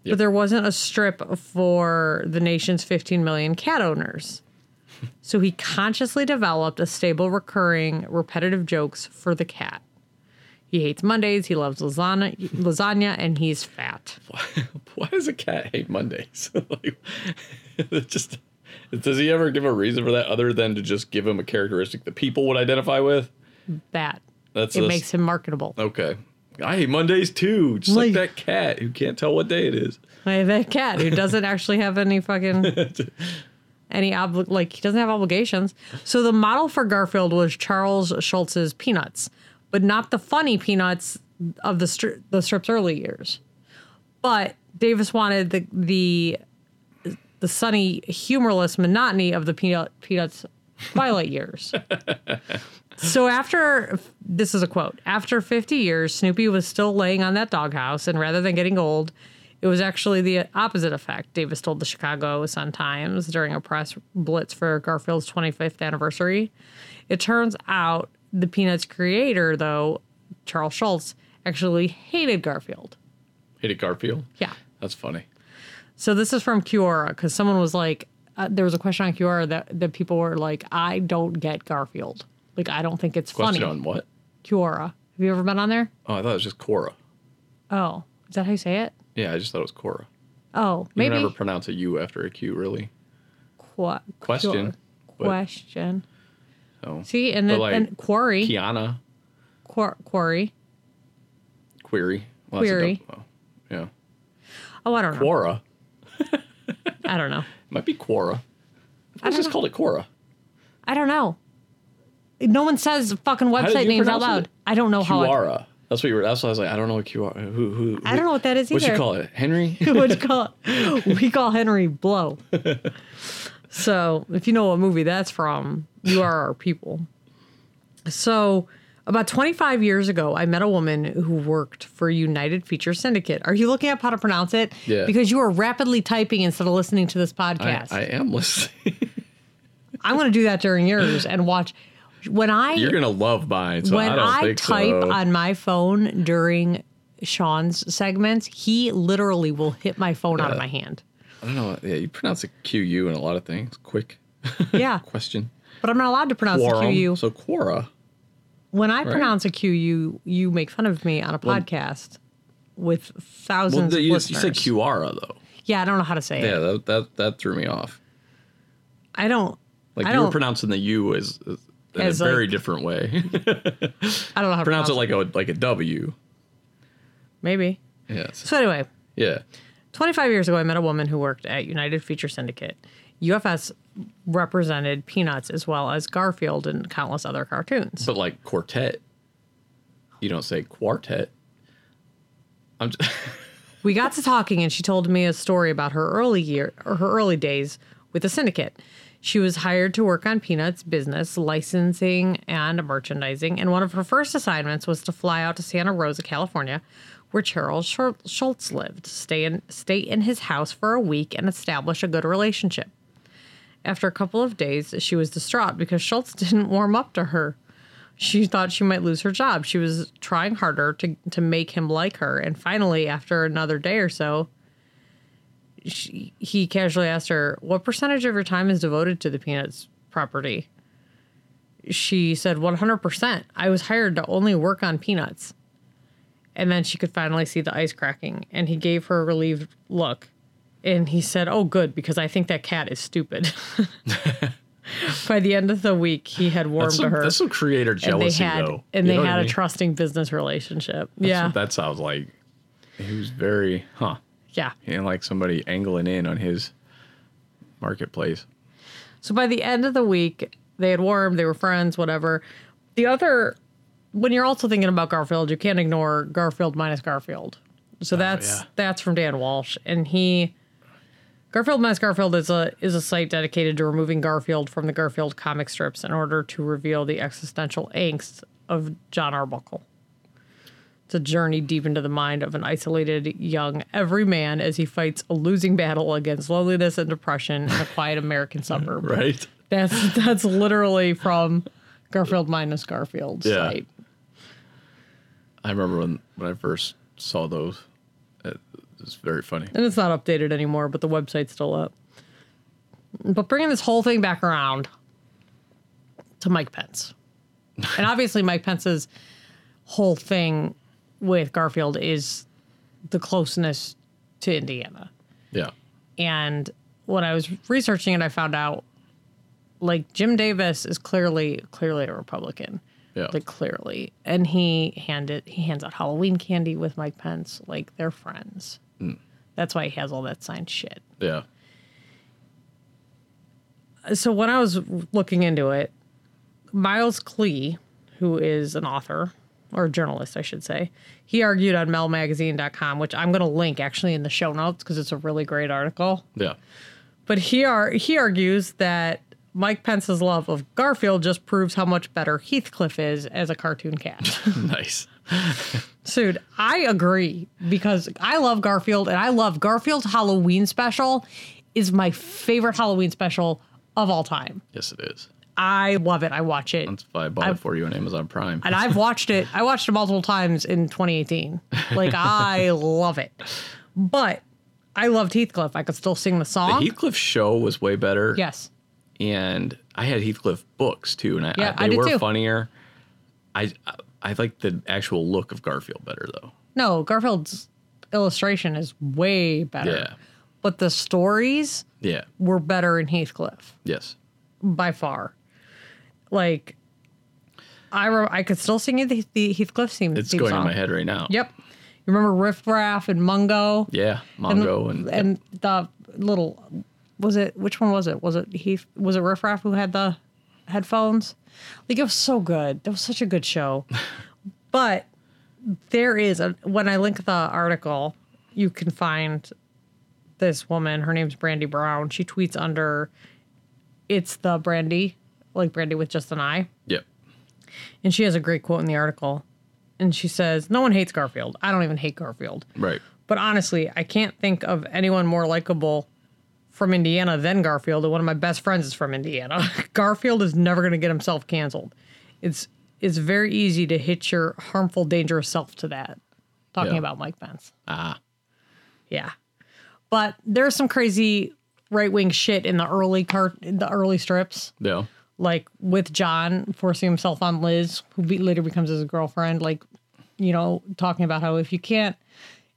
[SPEAKER 1] but there wasn't a strip for the nation's 15 million cat owners. so he consciously developed a stable, recurring, repetitive jokes for the cat. He hates Mondays, he loves lasagna, lasagna and he's fat.
[SPEAKER 2] Why does a cat hate Mondays? like, it just does he ever give a reason for that other than to just give him a characteristic that people would identify with?
[SPEAKER 1] Fat.
[SPEAKER 2] That's
[SPEAKER 1] It
[SPEAKER 2] us.
[SPEAKER 1] makes him marketable.
[SPEAKER 2] okay. I hate Mondays too, just
[SPEAKER 1] Like-
[SPEAKER 2] like, that cat who can't tell what day it is.
[SPEAKER 1] Like that cat who doesn't actually have any fucking any obli- like he doesn't have obligations. So the model for Garfield was Charles Schultz's Peanuts, but not the funny Peanuts of the stri- the strip's early years, But Davis wanted the the the sunny, humorless monotony of the Peanut, Peanuts twilight years. so after this is a quote. After 50 years, Snoopy was still laying on that doghouse, and rather than getting old, it was actually the opposite effect. Davis told the Chicago Sun Times during a press blitz for Garfield's 25th anniversary. It turns out the Peanuts creator, though Charles Schultz, actually hated Garfield.
[SPEAKER 2] Hit it, Garfield.
[SPEAKER 1] Yeah.
[SPEAKER 2] That's funny.
[SPEAKER 1] So this is from Kiora because someone was like, uh, there was a question on Kiora that, that people were like, I don't get Garfield. Like, I don't think it's
[SPEAKER 2] Question
[SPEAKER 1] funny.
[SPEAKER 2] on what?
[SPEAKER 1] Kiora. Have you ever been on there?
[SPEAKER 2] Oh, I thought it was just Cora.
[SPEAKER 1] Oh, is that how you say it?
[SPEAKER 2] Yeah, I just thought it was Cora.
[SPEAKER 1] Oh,
[SPEAKER 2] You
[SPEAKER 1] maybe.
[SPEAKER 2] never pronounce a U after a Q, really.
[SPEAKER 1] Qua-
[SPEAKER 2] Question,
[SPEAKER 1] Kiora.
[SPEAKER 2] but-
[SPEAKER 1] Question.
[SPEAKER 2] So
[SPEAKER 1] See, and then
[SPEAKER 2] like,
[SPEAKER 1] and quarry,
[SPEAKER 2] Kiana
[SPEAKER 1] Quar- quarry.
[SPEAKER 2] query. Well, that's a
[SPEAKER 1] Query.
[SPEAKER 2] dou- oh, yeah.
[SPEAKER 1] Oh, I don't know.
[SPEAKER 2] Quora.
[SPEAKER 1] I don't know.
[SPEAKER 2] Might be Quora. I
[SPEAKER 1] don't
[SPEAKER 2] just called it Quora.
[SPEAKER 1] I don't know. No one says fucking
[SPEAKER 2] did
[SPEAKER 1] website
[SPEAKER 2] you
[SPEAKER 1] names out
[SPEAKER 2] pronounce
[SPEAKER 1] loud.
[SPEAKER 2] it?
[SPEAKER 1] I don't know how. It,
[SPEAKER 2] Quora. That's what you were. That's what I was like. I don't know what Quora. Who? Who?
[SPEAKER 1] I don't know what that is
[SPEAKER 2] What
[SPEAKER 1] either.
[SPEAKER 2] you call it, Henry?
[SPEAKER 1] what you call it? We call Henry Blow. so if you know what movie that's from, you are our people. So about 25 years ago, I met a woman who worked for United Feature Syndicate. Are you looking up how to pronounce it?
[SPEAKER 2] Yeah.
[SPEAKER 1] Because you are rapidly typing instead of listening to this
[SPEAKER 2] I,
[SPEAKER 1] podcast. I,
[SPEAKER 2] I am listening.
[SPEAKER 1] am going to do that during yours and watch. When I
[SPEAKER 2] You're gonna love mine. So
[SPEAKER 1] when
[SPEAKER 2] I don't
[SPEAKER 1] I,
[SPEAKER 2] think
[SPEAKER 1] type
[SPEAKER 2] so.
[SPEAKER 1] on my phone during Sean's segments, he literally will hit my phone out of my hand.
[SPEAKER 2] I don't know. Yeah, you pronounce a Q U in a lot of things. Quick
[SPEAKER 1] Yeah.
[SPEAKER 2] question.
[SPEAKER 1] But I'm not allowed to pronounce a
[SPEAKER 2] Quorum.
[SPEAKER 1] QU.
[SPEAKER 2] So Quora.
[SPEAKER 1] when I pronounce a QU, you make fun of me on a podcast with thousands
[SPEAKER 2] Well, the,
[SPEAKER 1] of
[SPEAKER 2] you, you
[SPEAKER 1] listeners.
[SPEAKER 2] said Quora though.
[SPEAKER 1] Yeah, I don't know how to say it.
[SPEAKER 2] Yeah, that, that that threw me off.
[SPEAKER 1] I don't.
[SPEAKER 2] Like
[SPEAKER 1] I
[SPEAKER 2] you were
[SPEAKER 1] don't.
[SPEAKER 2] pronouncing the U as, as in
[SPEAKER 1] As,
[SPEAKER 2] a very
[SPEAKER 1] like-
[SPEAKER 2] different way.
[SPEAKER 1] I don't know how to
[SPEAKER 2] pronounce it like a like a W.
[SPEAKER 1] maybe.
[SPEAKER 2] Yes.
[SPEAKER 1] So anyway,
[SPEAKER 2] Yeah.
[SPEAKER 1] 25 years ago, I met a woman who worked at United Feature Syndicate. UFS represented Peanuts as well as Garfield and countless other cartoons.
[SPEAKER 2] But like quartet, you don't say quartet. I'm just,
[SPEAKER 1] We got to talking, and she told me a story about her early year or her early days with the syndicate. She was hired to work on Peanuts business, licensing, and merchandising, and one of her first assignments was to fly out to Santa Rosa, California, where Charles Schul- Schultz lived, stay in stay in his house for a week, and establish a good relationship. After a couple of days, she was distraught because Schultz didn't warm up to her. She thought she might lose her job. She was trying harder to, to make him like her. And finally, after another day or so, she, he casually asked her, What percentage of your time is devoted to the Peanuts property? She said, 100%. I was hired to only work on Peanuts. And then she could finally see the ice cracking. And he gave her a relieved look. And he said, Oh, good, because I think that cat is stupid. By the end of the week, he had warmed
[SPEAKER 2] that's,
[SPEAKER 1] to
[SPEAKER 2] some,
[SPEAKER 1] her
[SPEAKER 2] that's some creator
[SPEAKER 1] and they
[SPEAKER 2] jealousy
[SPEAKER 1] had
[SPEAKER 2] though.
[SPEAKER 1] and
[SPEAKER 2] You
[SPEAKER 1] they
[SPEAKER 2] know what
[SPEAKER 1] had
[SPEAKER 2] I
[SPEAKER 1] a
[SPEAKER 2] mean?
[SPEAKER 1] trusting business relationship.
[SPEAKER 2] That's
[SPEAKER 1] yeah,
[SPEAKER 2] what that sounds like. He was very huh.
[SPEAKER 1] yeah.
[SPEAKER 2] He didn't like somebody angling in on his marketplace.
[SPEAKER 1] So by the end of the week, they had warmed. They were friends. Whatever. The other, when you're also thinking about Garfield, you can't ignore Garfield minus Garfield. So that's
[SPEAKER 2] yeah.
[SPEAKER 1] that's from Dan Walsh, and he. Garfield minus Garfield is a is a site dedicated to removing Garfield from the Garfield comic strips in order to reveal the existential angst of John Arbuckle. It's a journey deep into the mind of an isolated young everyman as he fights a losing battle against loneliness and depression in a quiet American suburb.
[SPEAKER 2] Right?
[SPEAKER 1] That's that's literally from Garfield minus Garfield
[SPEAKER 2] Yeah.
[SPEAKER 1] site.
[SPEAKER 2] I remember when, when I first saw those. It was very funny.
[SPEAKER 1] And it's not updated anymore, but the website's still up. But bringing this whole thing back around to Mike Pence. And obviously Mike Pence's whole thing with Garfield is the closeness to Indiana.
[SPEAKER 2] Yeah.
[SPEAKER 1] And when I was researching it, I found out like Jim Davis is clearly clearly a Republican.
[SPEAKER 2] Yeah.
[SPEAKER 1] Like clearly. And he handed he hands out Halloween candy with Mike Pence. Like they're friends. That's why he has all that signed shit.
[SPEAKER 2] yeah.
[SPEAKER 1] So when I was looking into it, Miles Klee, who is an author or journalist, I should say. He argued on melmagazine.com, which I'm going to link actually in the show notes because it's a really great article.
[SPEAKER 2] Yeah.
[SPEAKER 1] But he ar- he argues that Mike Pence's love of Garfield just proves how much better Heathcliff is as a cartoon cat.
[SPEAKER 2] Nice.
[SPEAKER 1] Dude, I agree because I love Garfield and I love Garfield's Halloween special is my favorite Halloween special of all time.
[SPEAKER 2] Yes, it is.
[SPEAKER 1] I love it. I watch it.
[SPEAKER 2] That's why I bought it for you on Amazon Prime.
[SPEAKER 1] and I've watched it. I watched it multiple times in 2018. Like I love it, but I loved Heathcliff. I could still sing the
[SPEAKER 2] the
[SPEAKER 1] song.
[SPEAKER 2] Heathcliff show was way better.
[SPEAKER 1] yes,
[SPEAKER 2] And I had Heathcliff books too, and I,
[SPEAKER 1] Yeah,
[SPEAKER 2] I,
[SPEAKER 1] I
[SPEAKER 2] they
[SPEAKER 1] did
[SPEAKER 2] were
[SPEAKER 1] too.
[SPEAKER 2] funnier. I I- I like the actual look of Garfield better though.
[SPEAKER 1] no, Garfield's illustration is way better.
[SPEAKER 2] Yeah.
[SPEAKER 1] But the stories
[SPEAKER 2] Yeah.
[SPEAKER 1] were better in Heathcliff
[SPEAKER 2] Yes.
[SPEAKER 1] by far. Like I, re- I could still sing the, the Heathcliff theme.
[SPEAKER 2] It's
[SPEAKER 1] theme
[SPEAKER 2] going
[SPEAKER 1] song.
[SPEAKER 2] in my head right now.
[SPEAKER 1] Yep. You remember Riff Raff and Mungo?
[SPEAKER 2] Yeah.
[SPEAKER 1] and
[SPEAKER 2] Mongo and,
[SPEAKER 1] and the little was it which one was it was it he was it riff raff who had the headphones like it was so good that was such a good show but there is a when i link the article you can find this woman her name's brandy brown she tweets under it's the brandy like brandy with just an eye
[SPEAKER 2] Yep.
[SPEAKER 1] and she has a great quote in the article and she says no one hates garfield i don't even hate garfield
[SPEAKER 2] Right.
[SPEAKER 1] but honestly, I can't think of anyone more likable from Indiana than Garfield. And one of my best friends is from Indiana. Garfield is never going to get himself canceled. It's it's very easy to hitch your harmful, dangerous self to that. Talking
[SPEAKER 2] Yeah.
[SPEAKER 1] about Mike Pence.
[SPEAKER 2] Ah.
[SPEAKER 1] Yeah. But there's some crazy right wing shit in the early cart the early strips,
[SPEAKER 2] No.
[SPEAKER 1] like with John forcing himself on Liz, who be- later becomes his girlfriend. Like, you know, talking about how if you can't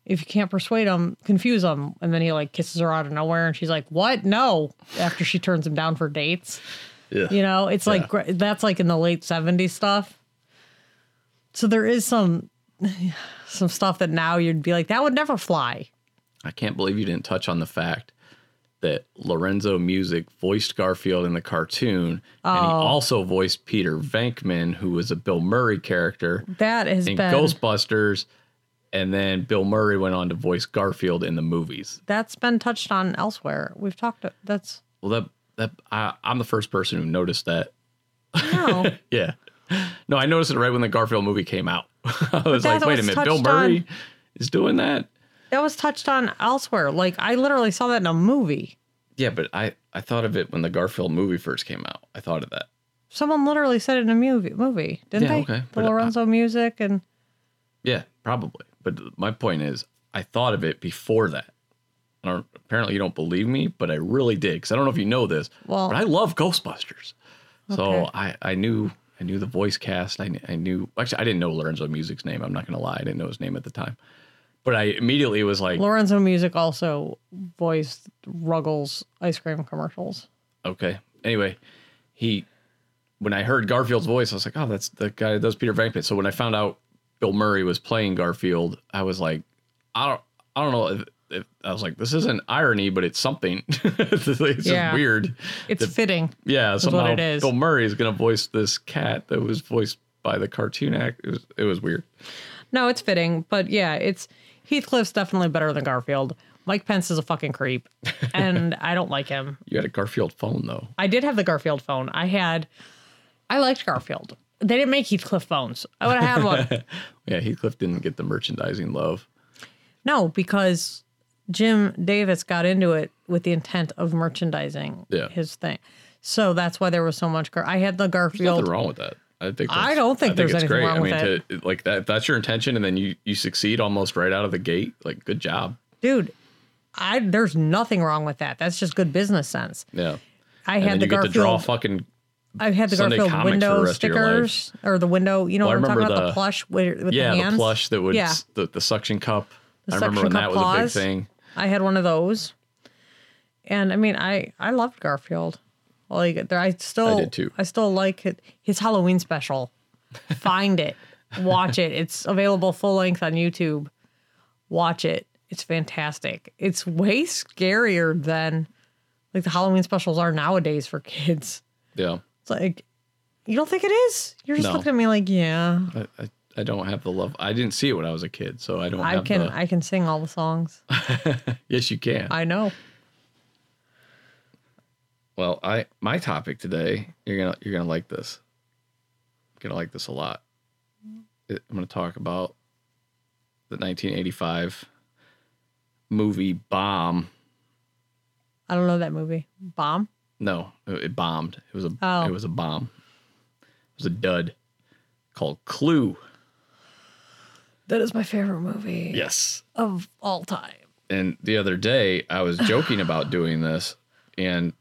[SPEAKER 1] if you can't persuade him, confuse him. And then he like kisses her out of nowhere and she's like, what? No. After she turns him down for dates.
[SPEAKER 2] Yeah.
[SPEAKER 1] You know, it's like gr- that's like in the late 70s stuff. So there is some some stuff that now you'd be like, that would never fly.
[SPEAKER 2] I can't believe you didn't touch on the fact that Lorenzo Music voiced Garfield in the cartoon,
[SPEAKER 1] Oh.
[SPEAKER 2] and he also voiced Peter Venkman, who was a Bill Murray character
[SPEAKER 1] That has
[SPEAKER 2] in
[SPEAKER 1] been
[SPEAKER 2] Ghostbusters, and then Bill Murray went on to voice Garfield in the movies.
[SPEAKER 1] that's been touched on elsewhere. We've talked that's
[SPEAKER 2] Well, that that I, I'm the first person who noticed that.
[SPEAKER 1] no.
[SPEAKER 2] Yeah, no, I noticed it right when the Garfield movie came out. I was like,
[SPEAKER 1] that
[SPEAKER 2] wait a
[SPEAKER 1] was
[SPEAKER 2] minute, Bill
[SPEAKER 1] touched
[SPEAKER 2] Murray
[SPEAKER 1] on-
[SPEAKER 2] is doing that.
[SPEAKER 1] that was touched on elsewhere. Like I literally saw that in a movie.
[SPEAKER 2] Yeah, but I I thought of it when the Garfield movie first came out. I thought of that.
[SPEAKER 1] Someone literally said it in a movie movie, didn't
[SPEAKER 2] Yeah,
[SPEAKER 1] they?
[SPEAKER 2] okay.
[SPEAKER 1] The
[SPEAKER 2] But uh, I-
[SPEAKER 1] Lorenzo music and
[SPEAKER 2] Yeah, probably. But my point is, I thought of it before that. I don't, apparently, you don't believe me, but I really did because I don't know if you know this.
[SPEAKER 1] Well-
[SPEAKER 2] but I love Ghostbusters, so
[SPEAKER 1] Okay.
[SPEAKER 2] I, I knew I knew the voice cast. I, kn- I knew actually I didn't know Lorenzo Music's name. I'm not gonna lie, I didn't know his name at the time, but I immediately was like,
[SPEAKER 1] Lorenzo Music also voiced Ruggles ice cream commercials.
[SPEAKER 2] okay. Anyway, he when I heard Garfield's voice, I was like, oh, that's the guy that does Peter Venkman. So when I found out Bill Murray was playing Garfield, I was like, I don't, I don't know. If, if, I was like, this isn't irony, but it's something. it's
[SPEAKER 1] Yeah.
[SPEAKER 2] just weird.
[SPEAKER 1] It's fitting.
[SPEAKER 2] Yeah,
[SPEAKER 1] what
[SPEAKER 2] somehow
[SPEAKER 1] it is.
[SPEAKER 2] Bill Murray is going to voice this cat that was voiced by the cartoon act. It was, it was weird.
[SPEAKER 1] No, it's fitting, but yeah, it's Heathcliff's definitely better than Garfield. Mike Pence is a fucking creep, and I don't like him.
[SPEAKER 2] You had a Garfield phone though.
[SPEAKER 1] I did have the Garfield phone. I had, I liked Garfield. They didn't make Heathcliff phones. I would have had one.
[SPEAKER 2] Yeah, Heathcliff didn't get the merchandising love.
[SPEAKER 1] No, because Jim Davis got into it with the intent of merchandising
[SPEAKER 2] Yeah.
[SPEAKER 1] his thing. So that's why there was so much. Gar- I had the
[SPEAKER 2] There's
[SPEAKER 1] Garfield.
[SPEAKER 2] nothing wrong with that. I think
[SPEAKER 1] I
[SPEAKER 2] that's-
[SPEAKER 1] don't think there's
[SPEAKER 2] it's
[SPEAKER 1] anything wrong
[SPEAKER 2] I
[SPEAKER 1] with
[SPEAKER 2] to, like that. If that's your intention, and then you you succeed almost right out of the gate. Like good job.
[SPEAKER 1] dude. I there's nothing wrong with that. That's just good business sense.
[SPEAKER 2] Yeah.
[SPEAKER 1] I
[SPEAKER 2] And
[SPEAKER 1] had
[SPEAKER 2] then
[SPEAKER 1] the
[SPEAKER 2] you get to draw
[SPEAKER 1] Garfield.
[SPEAKER 2] fucking
[SPEAKER 1] I had the
[SPEAKER 2] Sunday
[SPEAKER 1] Garfield
[SPEAKER 2] comics for
[SPEAKER 1] window
[SPEAKER 2] the rest of your life.
[SPEAKER 1] stickers or the window. You know
[SPEAKER 2] Well, I
[SPEAKER 1] what I'm talking
[SPEAKER 2] remember
[SPEAKER 1] about? The,
[SPEAKER 2] the-
[SPEAKER 1] plush with, with
[SPEAKER 2] yeah
[SPEAKER 1] the hands.
[SPEAKER 2] the plush that would
[SPEAKER 1] Yeah.
[SPEAKER 2] s- the, the suction cup. I remember when
[SPEAKER 1] suction
[SPEAKER 2] that
[SPEAKER 1] cup
[SPEAKER 2] was a big
[SPEAKER 1] claws.
[SPEAKER 2] thing.
[SPEAKER 1] I had one of those, and I mean, I I loved Garfield. Like there, I still
[SPEAKER 2] I did too.
[SPEAKER 1] I still like it. his Halloween special. Find it, watch it. It's available full length on YouTube. Watch it. It's fantastic. It's way scarier than like the Halloween specials are nowadays for kids.
[SPEAKER 2] Yeah.
[SPEAKER 1] It's like you don't think it is. You're just
[SPEAKER 2] No.
[SPEAKER 1] looking at me like, yeah.
[SPEAKER 2] I, I, I don't have the love. I didn't see it when I was a kid, so I don't.
[SPEAKER 1] I
[SPEAKER 2] have
[SPEAKER 1] can
[SPEAKER 2] The,
[SPEAKER 1] I can sing all the songs.
[SPEAKER 2] yes, you can.
[SPEAKER 1] I know.
[SPEAKER 2] well, I my topic today. You're gonna you're gonna like this. You're gonna like this a lot. I'm gonna talk about the 1985 movie Bomb.
[SPEAKER 1] I don't know that movie. Bomb.
[SPEAKER 2] No, it it bombed. It was a
[SPEAKER 1] Oh.
[SPEAKER 2] it was a bomb. It was a dud called Clue.
[SPEAKER 1] That is my favorite movie
[SPEAKER 2] Yes.
[SPEAKER 1] of all time.
[SPEAKER 2] And the other day I was joking about doing this and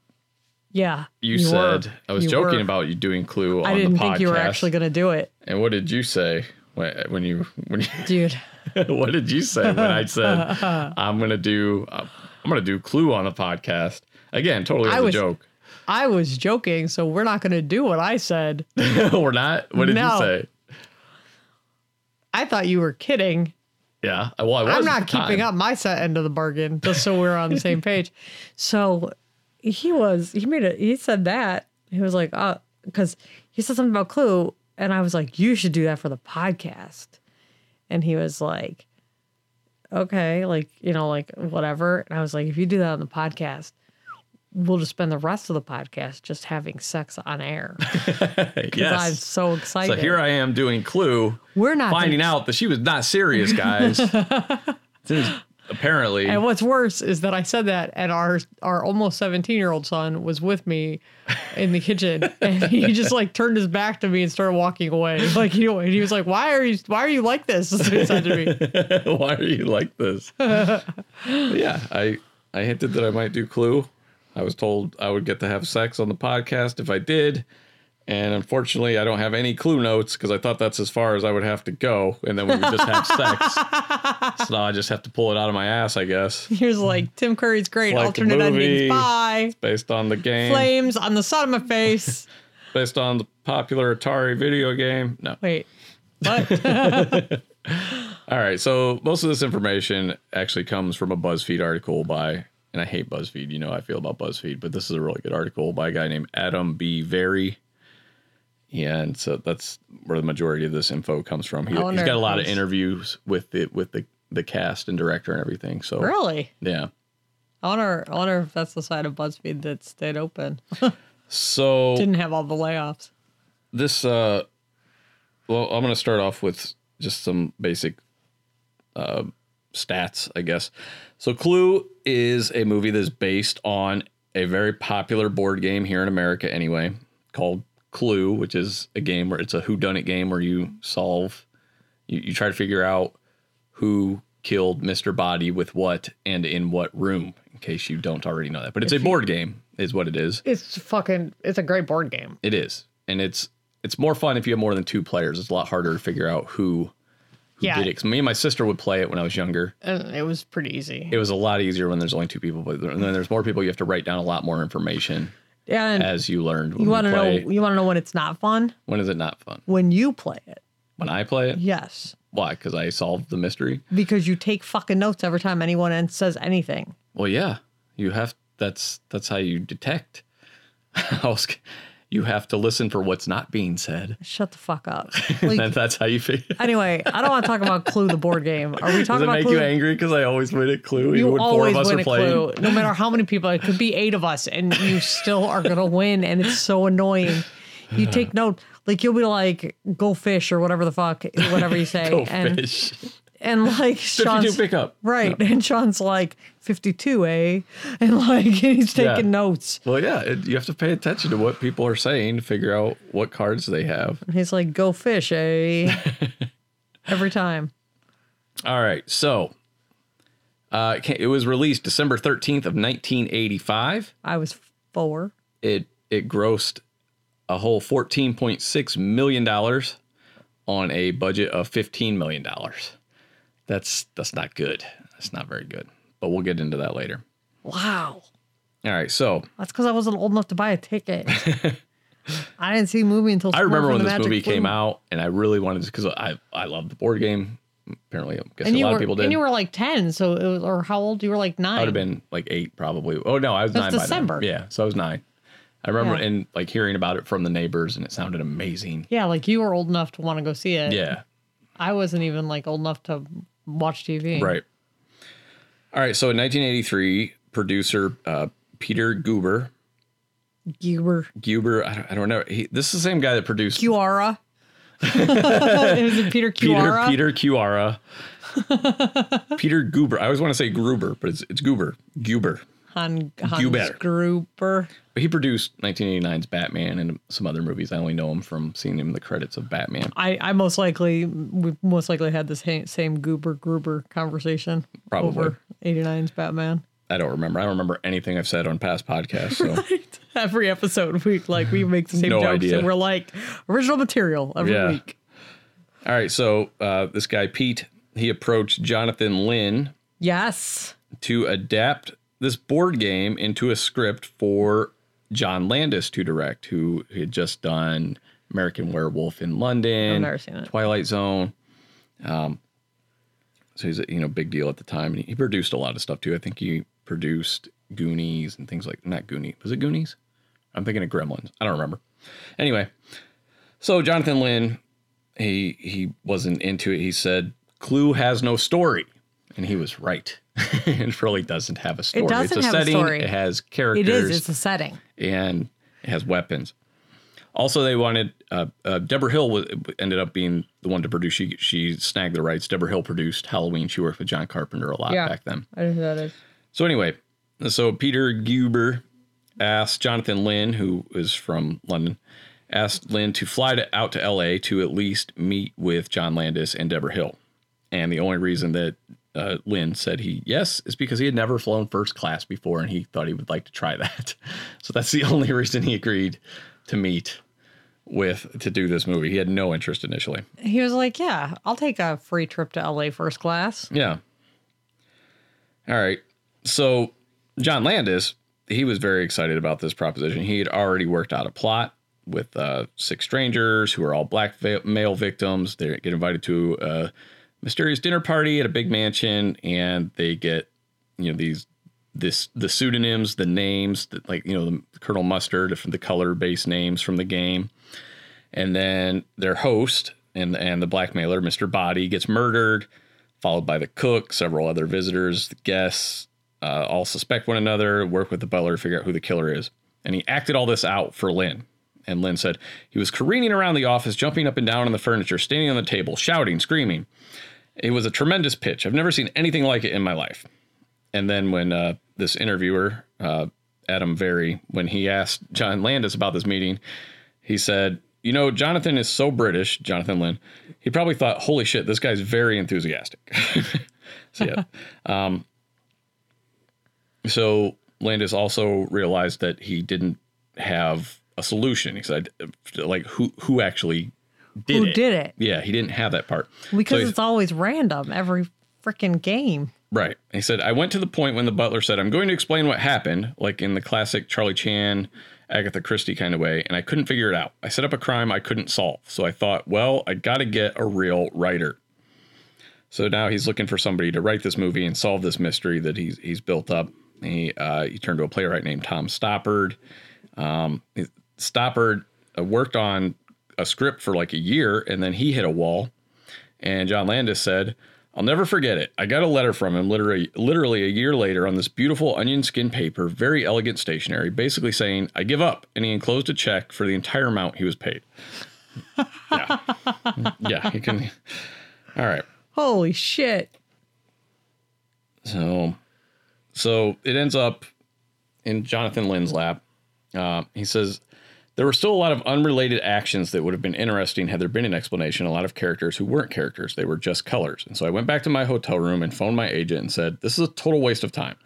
[SPEAKER 1] Yeah.
[SPEAKER 2] you,
[SPEAKER 1] were.
[SPEAKER 2] said I was
[SPEAKER 1] You
[SPEAKER 2] joking
[SPEAKER 1] were.
[SPEAKER 2] about you doing Clue on
[SPEAKER 1] I didn't
[SPEAKER 2] the podcast.
[SPEAKER 1] think you were actually going to do it,
[SPEAKER 2] and what did you say when, when you when you
[SPEAKER 1] dude.
[SPEAKER 2] what did you say when I said I'm gonna do uh, I'm gonna do Clue on the podcast again? Totally as
[SPEAKER 1] I
[SPEAKER 2] a
[SPEAKER 1] was-
[SPEAKER 2] joke.
[SPEAKER 1] I was joking, so we're not going to do what I said.
[SPEAKER 2] we're not. What did
[SPEAKER 1] No.
[SPEAKER 2] you say?
[SPEAKER 1] I thought you were kidding.
[SPEAKER 2] Yeah. Well, I was.
[SPEAKER 1] I'm
[SPEAKER 2] at
[SPEAKER 1] not
[SPEAKER 2] the time.
[SPEAKER 1] keeping up my set end of the bargain, just so we're on the same page. So he was, he made it, he said that. He was like, uh, because he said something about Clue, and I was like, you should do that for the podcast. And he was like, okay, like, you know, like whatever. And I was like, if you do that on the podcast, we'll just spend the rest of the podcast just having sex on air. 'Cause I'm
[SPEAKER 2] yes.
[SPEAKER 1] so excited.
[SPEAKER 2] So here I am doing Clue.
[SPEAKER 1] we're not
[SPEAKER 2] finding
[SPEAKER 1] gonna-
[SPEAKER 2] out that she was not serious, guys. Since apparently,
[SPEAKER 1] And what's worse is that I said that, and our our almost seventeen year old son was with me in the kitchen, and he just like turned his back to me and started walking away. Like he, and he was like, "Why are you? Why are you like this?" That's what he said to me.
[SPEAKER 2] why are you like this? yeah, I I hinted that I might do Clue. I was told I would get to have sex on the podcast if I did. And unfortunately, I don't have any clue notes because I thought that's as far as I would have to go. And then we would just have sex. So now I just have to pull it out of my ass, I guess,
[SPEAKER 1] He was like, "Tim Curry's great.
[SPEAKER 2] Like the
[SPEAKER 1] alternate
[SPEAKER 2] movie.
[SPEAKER 1] endings. Bye.
[SPEAKER 2] based on the game,
[SPEAKER 1] Flames on the side of my face.
[SPEAKER 2] based on the popular Atari video game. No.
[SPEAKER 1] Wait, what?
[SPEAKER 2] All right, so most of this information actually comes from a BuzzFeed article by, and I hate BuzzFeed. You know how I feel about BuzzFeed, but this is a really good article by a guy named Adam B. Very. And so that's where the majority of this info comes from. He,
[SPEAKER 1] I wonder
[SPEAKER 2] has got a
[SPEAKER 1] if
[SPEAKER 2] lot of
[SPEAKER 1] he's-
[SPEAKER 2] interviews with the with the the cast and director and everything. So
[SPEAKER 1] really?
[SPEAKER 2] yeah.
[SPEAKER 1] I wonder. I wonder if that's the side of BuzzFeed that stayed open,
[SPEAKER 2] Oh. So
[SPEAKER 1] didn't have all the layoffs.
[SPEAKER 2] this uh well i'm gonna start off with just some basic uh stats i guess so clue is a movie that's based on a very popular board game here in america anyway called clue which is a game where it's a who done it game where you solve you, you try to figure out who killed mr body with what and in what room in case you don't already know that but it's a board game is what it is
[SPEAKER 1] It's fucking. It's a great board game.
[SPEAKER 2] it is, and it's it's more fun if you have more than two players. It's a lot harder to figure out who who
[SPEAKER 1] Yeah.
[SPEAKER 2] did it. 'Cause me and my sister would play it when I was younger.
[SPEAKER 1] And it was pretty easy.
[SPEAKER 2] It was a lot easier when there's only two people, but then there's more people. You have to write down a lot more information
[SPEAKER 1] and
[SPEAKER 2] as you learned. When
[SPEAKER 1] You
[SPEAKER 2] we
[SPEAKER 1] want to know?
[SPEAKER 2] play.
[SPEAKER 1] You want to know when it's not fun?
[SPEAKER 2] when is it not fun?
[SPEAKER 1] When you play it.
[SPEAKER 2] When I play it,
[SPEAKER 1] Yes,
[SPEAKER 2] why? Because I solved the mystery.
[SPEAKER 1] because you take fucking notes every time anyone en- says anything.
[SPEAKER 2] Well, yeah, you have. That's that's how you detect. I was- you have to listen for what's not being said,
[SPEAKER 1] Shut the fuck up.
[SPEAKER 2] and
[SPEAKER 1] Like,
[SPEAKER 2] that's how you figure.
[SPEAKER 1] anyway, I don't want to talk about Clue the board game. Are we
[SPEAKER 2] Does
[SPEAKER 1] talking
[SPEAKER 2] it
[SPEAKER 1] about
[SPEAKER 2] make
[SPEAKER 1] Clue?
[SPEAKER 2] you angry? Because I always win at Clue. even
[SPEAKER 1] You
[SPEAKER 2] when four
[SPEAKER 1] always
[SPEAKER 2] of us
[SPEAKER 1] win
[SPEAKER 2] are
[SPEAKER 1] a
[SPEAKER 2] playing.
[SPEAKER 1] clue, no matter how many people. It could be eight of us, and you still are gonna win, and it's so annoying. You take note, like you'll be like, "Go fish" or whatever the fuck, whatever you say,
[SPEAKER 2] Go
[SPEAKER 1] and
[SPEAKER 2] Oh, fish.
[SPEAKER 1] and like
[SPEAKER 2] Fifty-two
[SPEAKER 1] Sean's
[SPEAKER 2] pickup.
[SPEAKER 1] right, and Sean's like fifty-two, eh? And like he's taking
[SPEAKER 2] Yeah.
[SPEAKER 1] notes.
[SPEAKER 2] Well, yeah, it, you have to pay attention to what people are saying to figure out what cards they have.
[SPEAKER 1] He's like, go fish, eh? Every time.
[SPEAKER 2] All right, so uh, it ca- it was released December thirteenth of nineteen eighty-five.
[SPEAKER 1] I was four.
[SPEAKER 2] It it grossed a whole fourteen point six million dollars on a budget of fifteen million dollars. That's that's not good. That's not very good. But we'll get into that later.
[SPEAKER 1] Wow.
[SPEAKER 2] All right, so
[SPEAKER 1] That's because I wasn't old enough to buy a ticket. I didn't see the movie until
[SPEAKER 2] I
[SPEAKER 1] School for
[SPEAKER 2] remember when
[SPEAKER 1] the
[SPEAKER 2] this
[SPEAKER 1] Magic
[SPEAKER 2] movie came
[SPEAKER 1] Flute.
[SPEAKER 2] out, and I really wanted to because I I love the board game. Apparently, I guess
[SPEAKER 1] And
[SPEAKER 2] a
[SPEAKER 1] you
[SPEAKER 2] lot
[SPEAKER 1] were
[SPEAKER 2] of people did.
[SPEAKER 1] and you were like ten, so it was or how old? You were like nine.
[SPEAKER 2] I would have been like eight, probably. Oh no, I was
[SPEAKER 1] That's
[SPEAKER 2] nine. by then.
[SPEAKER 1] December.
[SPEAKER 2] Yeah, so I was nine. I remember
[SPEAKER 1] Yeah.
[SPEAKER 2] and like hearing about it from the neighbors, and it sounded amazing.
[SPEAKER 1] Yeah, like you were old enough to want to go see it.
[SPEAKER 2] Yeah,
[SPEAKER 1] I wasn't even like old enough to watch TV.
[SPEAKER 2] Right. All right. So in 1983, producer uh, Peter Goober,
[SPEAKER 1] Guber.
[SPEAKER 2] Goober, I don't, I don't know. He, this is the same guy that produced
[SPEAKER 1] Kiwara. it was a Peter
[SPEAKER 2] Peter
[SPEAKER 1] Kiwara.
[SPEAKER 2] Peter Cuara. Peter Goober. I always want to say Gruber, but it's it's Goober. Goober.
[SPEAKER 1] Han,
[SPEAKER 2] Guber.
[SPEAKER 1] Hans Gruber.
[SPEAKER 2] But he produced 1989's Batman and some other movies. I only know him from seeing him in the credits of Batman.
[SPEAKER 1] I, I most likely we most likely had the same, same Goober Gruber conversation
[SPEAKER 2] Probably.
[SPEAKER 1] over 89's Batman.
[SPEAKER 2] I don't remember. I don't remember anything I've said on past podcasts. So
[SPEAKER 1] Every episode we like we make the same
[SPEAKER 2] No
[SPEAKER 1] jokes
[SPEAKER 2] idea.
[SPEAKER 1] and we're like original material every
[SPEAKER 2] Yeah.
[SPEAKER 1] week.
[SPEAKER 2] all right. So uh, this guy Pete, he approached Jonathan Lynn
[SPEAKER 1] Yes.
[SPEAKER 2] to adapt this board game into a script for John Landis to direct, who had just done American Werewolf in London,
[SPEAKER 1] I've never seen it.
[SPEAKER 2] Twilight Zone. Um, so he's a you know big deal at the time, and he produced a lot of stuff too. I think he produced Goonies and things like not Goonies. Was it Goonies? I'm thinking of Gremlins. I don't remember. Anyway, so Jonathan Lynn, he he wasn't into it. He said Clue has no story, and he was right. it really doesn't have a story.
[SPEAKER 1] doesn't
[SPEAKER 2] it's a
[SPEAKER 1] have a
[SPEAKER 2] setting.
[SPEAKER 1] story.
[SPEAKER 2] It has
[SPEAKER 1] It
[SPEAKER 2] characters
[SPEAKER 1] is. It's a setting.
[SPEAKER 2] and it has weapons. Also, they wanted uh, uh, Deborah Hill was, ended up being the one to produce. She she snagged the rights. Deborah Hill produced Halloween. She worked with John Carpenter a lot
[SPEAKER 1] Yeah.
[SPEAKER 2] back then.
[SPEAKER 1] I don't know who that is.
[SPEAKER 2] So anyway, so Peter Guber asked Jonathan Lynn, who is from London, asked Lynn to fly to, out to L.A. to at least meet with John Landis and Deborah Hill. And the only reason that uh, Lynn said he yes is because he had never flown first class before, and he thought he would like to try that. So that's the only reason he agreed to meet with to do this movie. He had no interest initially.
[SPEAKER 1] He was like, "Yeah, I'll take a free trip to LA first class."
[SPEAKER 2] Yeah. All right. So John Landis, he was very excited about this proposition. He had already worked out a plot with uh, six strangers who are all black va- male victims. They get invited to a mysterious dinner party at a big mansion, and they get you know these this the pseudonyms, the names that like you know the Colonel Mustard from the color based names from the game and then their host and and the blackmailer, Mr. Body, gets murdered, followed by the cook, several other visitors, the guests, uh, all suspect one another, work with the butler to figure out who the killer is. And he acted all this out for Lynn. And Lynn said he was careening around the office, jumping up and down on the furniture, standing on the table, shouting, screaming. It was a tremendous pitch. I've never seen anything like it in my life. And then when uh, this interviewer, uh, Adam Very, when he asked John Landis about this meeting, he said, You know, Jonathan is so British, Jonathan Lynn. He probably thought, Holy shit, this guy's very enthusiastic. so, yeah. um, so Landis also realized that he didn't have a solution. He said, Like, who, who actually did
[SPEAKER 1] Who
[SPEAKER 2] it?
[SPEAKER 1] did it?
[SPEAKER 2] Yeah, he didn't have that part. So
[SPEAKER 1] Because
[SPEAKER 2] he's-
[SPEAKER 1] it's always random every freaking game.
[SPEAKER 2] Right. He said, I went to the point when the butler said, I'm going to explain what happened, like in the classic Charlie Chan, Agatha Christie kind of way, and I couldn't figure it out. I set up a crime I couldn't solve. So I thought, well, I got to get a real writer. So now he's looking for somebody to write this movie and solve this mystery that he's, he's built up. He, uh, he turned to a playwright named Tom Stoppard. Um, Stoppard uh, worked on a script for like a year and then he hit a wall. And John Landis said, I'll never forget it. I got a letter from him literally, literally a year later on this beautiful onion skin paper, very elegant stationery, basically saying, I give up. And he enclosed a check for the entire amount he was paid. Yeah. yeah. He can. All right.
[SPEAKER 1] Holy shit!
[SPEAKER 2] So, so it ends up in Jonathan Lynn's lap. Uh, he says there were still a lot of unrelated actions that would have been interesting had there been an explanation. A lot of characters who weren't characters; they were just colors. And so I went back to my hotel room and phoned my agent and said, "This is a total waste of time.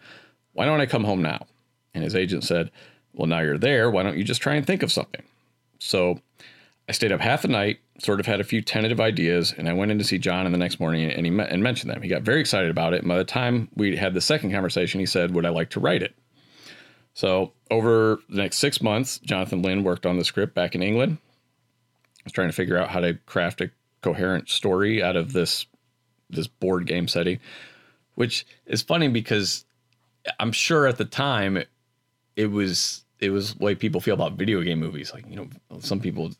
[SPEAKER 2] Why don't I come home now?" And his agent said, "Well, now you're there. Why don't you just try and think of something?" So I stayed up half the night, sort of had a few tentative ideas, and I went in to see John in the next morning and he me- and mentioned them. He got very excited about it. And by the time we had the second conversation, he said, Would I like to write it? So over the next six months, Jonathan Lynn worked on the script back in England. I was trying to figure out how to craft a coherent story out of this this board game setting, which is funny because I'm sure at the time it was it was the way people feel about video game movies. Like, you know, some people,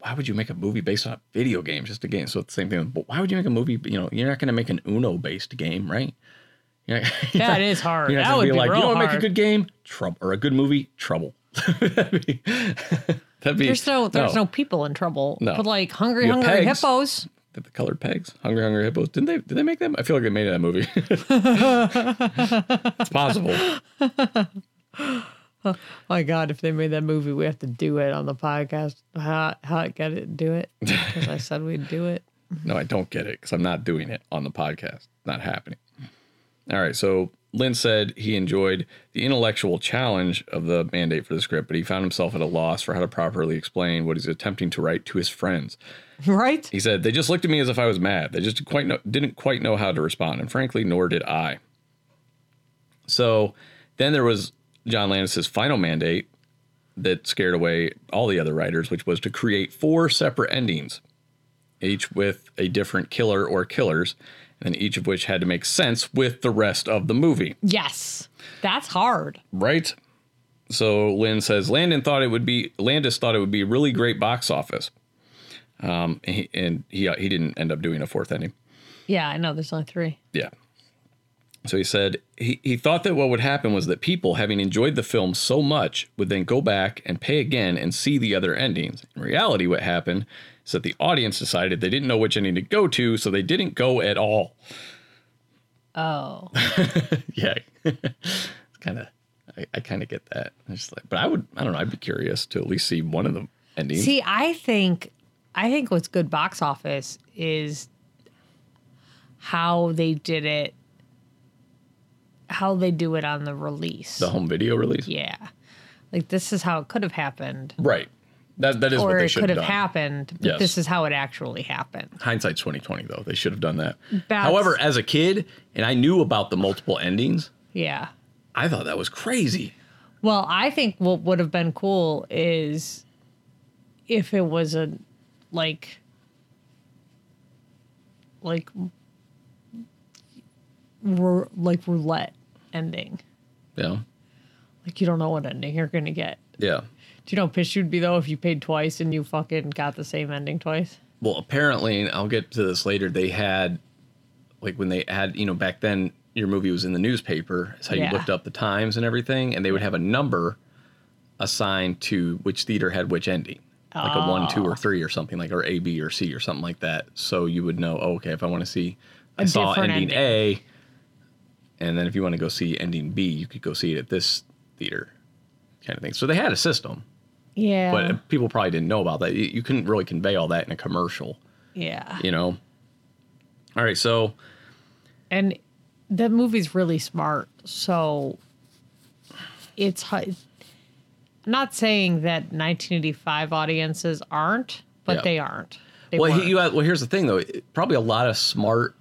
[SPEAKER 2] why would you make a movie based on a video game? Just a game. So it's the same thing. But why would you make a movie? You know, you're not going to make an Uno based game, right? You're not- you're
[SPEAKER 1] Yeah,
[SPEAKER 2] not-
[SPEAKER 1] it is hard.
[SPEAKER 2] You're not
[SPEAKER 1] That
[SPEAKER 2] going
[SPEAKER 1] would be
[SPEAKER 2] to be like, you
[SPEAKER 1] real
[SPEAKER 2] know what, make a
[SPEAKER 1] hard.
[SPEAKER 2] good game? Trouble. Or a good movie? Trouble. that'd be, that'd be-
[SPEAKER 1] There's no there's no, people in trouble.
[SPEAKER 2] No.
[SPEAKER 1] But like hungry
[SPEAKER 2] You have
[SPEAKER 1] hungry
[SPEAKER 2] pegs.
[SPEAKER 1] hippos.
[SPEAKER 2] the colored pegs, Hungry Hungry Hippos. Didn't they? Did they make them? I feel like they made that movie. it's possible.
[SPEAKER 1] My God, if they made that movie, we have to do it on the podcast. How how it got it do it? Because I said we'd do it.
[SPEAKER 2] No, I don't get it because I'm not doing it on the podcast. Not happening. All right. So Lynn said he enjoyed the intellectual challenge of the mandate for the script, but he found himself at a loss for how to properly explain what he's attempting to write to his friends.
[SPEAKER 1] Right?
[SPEAKER 2] He said, "They just looked at me as if I was mad. They just quite no, didn't quite know how to respond, and frankly, nor did I." So, then there was John Landis's final mandate that scared away all the other writers, which was to create four separate endings, each with a different killer or killers, and each of which had to make sense with the rest of the movie.
[SPEAKER 1] Yes. That's hard.
[SPEAKER 2] Right? So Lynn says Landon thought it would be Landis thought it would be really great box office. Um, and he, and he he didn't end up doing a fourth ending.
[SPEAKER 1] Yeah, I know there's only three.
[SPEAKER 2] Yeah. So he said he, he thought that what would happen was that people, having enjoyed the film so much, would then go back and pay again and see the other endings. In reality, what happened is that the audience decided they didn't know which ending to go to, so they didn't go at all.
[SPEAKER 1] Oh.
[SPEAKER 2] Yeah. it's kind of, I, I kind of get that. It's just like, but I would, I don't know, I'd be curious to at least see one of the endings.
[SPEAKER 1] See, I think I think what's good box office is how they did it how they do it on the release.
[SPEAKER 2] the home video release.
[SPEAKER 1] Yeah. Like this is how it could have happened.
[SPEAKER 2] Right. That, that is what
[SPEAKER 1] Or
[SPEAKER 2] they
[SPEAKER 1] it
[SPEAKER 2] should
[SPEAKER 1] could
[SPEAKER 2] have
[SPEAKER 1] have
[SPEAKER 2] done.
[SPEAKER 1] happened, but
[SPEAKER 2] Yes.
[SPEAKER 1] this is how it actually happened.
[SPEAKER 2] hindsight's 2020 though they should have done that
[SPEAKER 1] That's-
[SPEAKER 2] however as a kid and i knew about the multiple endings
[SPEAKER 1] Yeah.
[SPEAKER 2] i thought that was crazy
[SPEAKER 1] Well, I think what would have been cool is if it was a like like rou- like roulette ending.
[SPEAKER 2] yeah
[SPEAKER 1] Like you don't know what ending you're gonna get.
[SPEAKER 2] yeah
[SPEAKER 1] Do you know how pissed you'd be though if you paid twice and you fucking got the same ending twice?
[SPEAKER 2] well apparently and i'll get to this later they had like when they had you know back then your movie was in the newspaper it's how
[SPEAKER 1] Yeah.
[SPEAKER 2] you looked up the times and everything and they would have a number assigned to which theater had which ending like a one
[SPEAKER 1] Oh.
[SPEAKER 2] two or three or something like or a b or c or something like that so you would know oh, okay if i want to see I
[SPEAKER 1] A
[SPEAKER 2] saw
[SPEAKER 1] different
[SPEAKER 2] ending a and then if you want to go see ending b you could go see it at this theater kind of thing so they had a system
[SPEAKER 1] Yeah.
[SPEAKER 2] but um, people probably didn't know about that you you couldn't really convey all that in a commercial
[SPEAKER 1] yeah.
[SPEAKER 2] you know. All right, so
[SPEAKER 1] and that movie's really smart so it's hu- I'm not saying that 1985 audiences aren't but
[SPEAKER 2] Yeah.
[SPEAKER 1] they aren't they
[SPEAKER 2] well,
[SPEAKER 1] weren't.
[SPEAKER 2] he, you, well, here's the thing though. It- Probably a lot of smart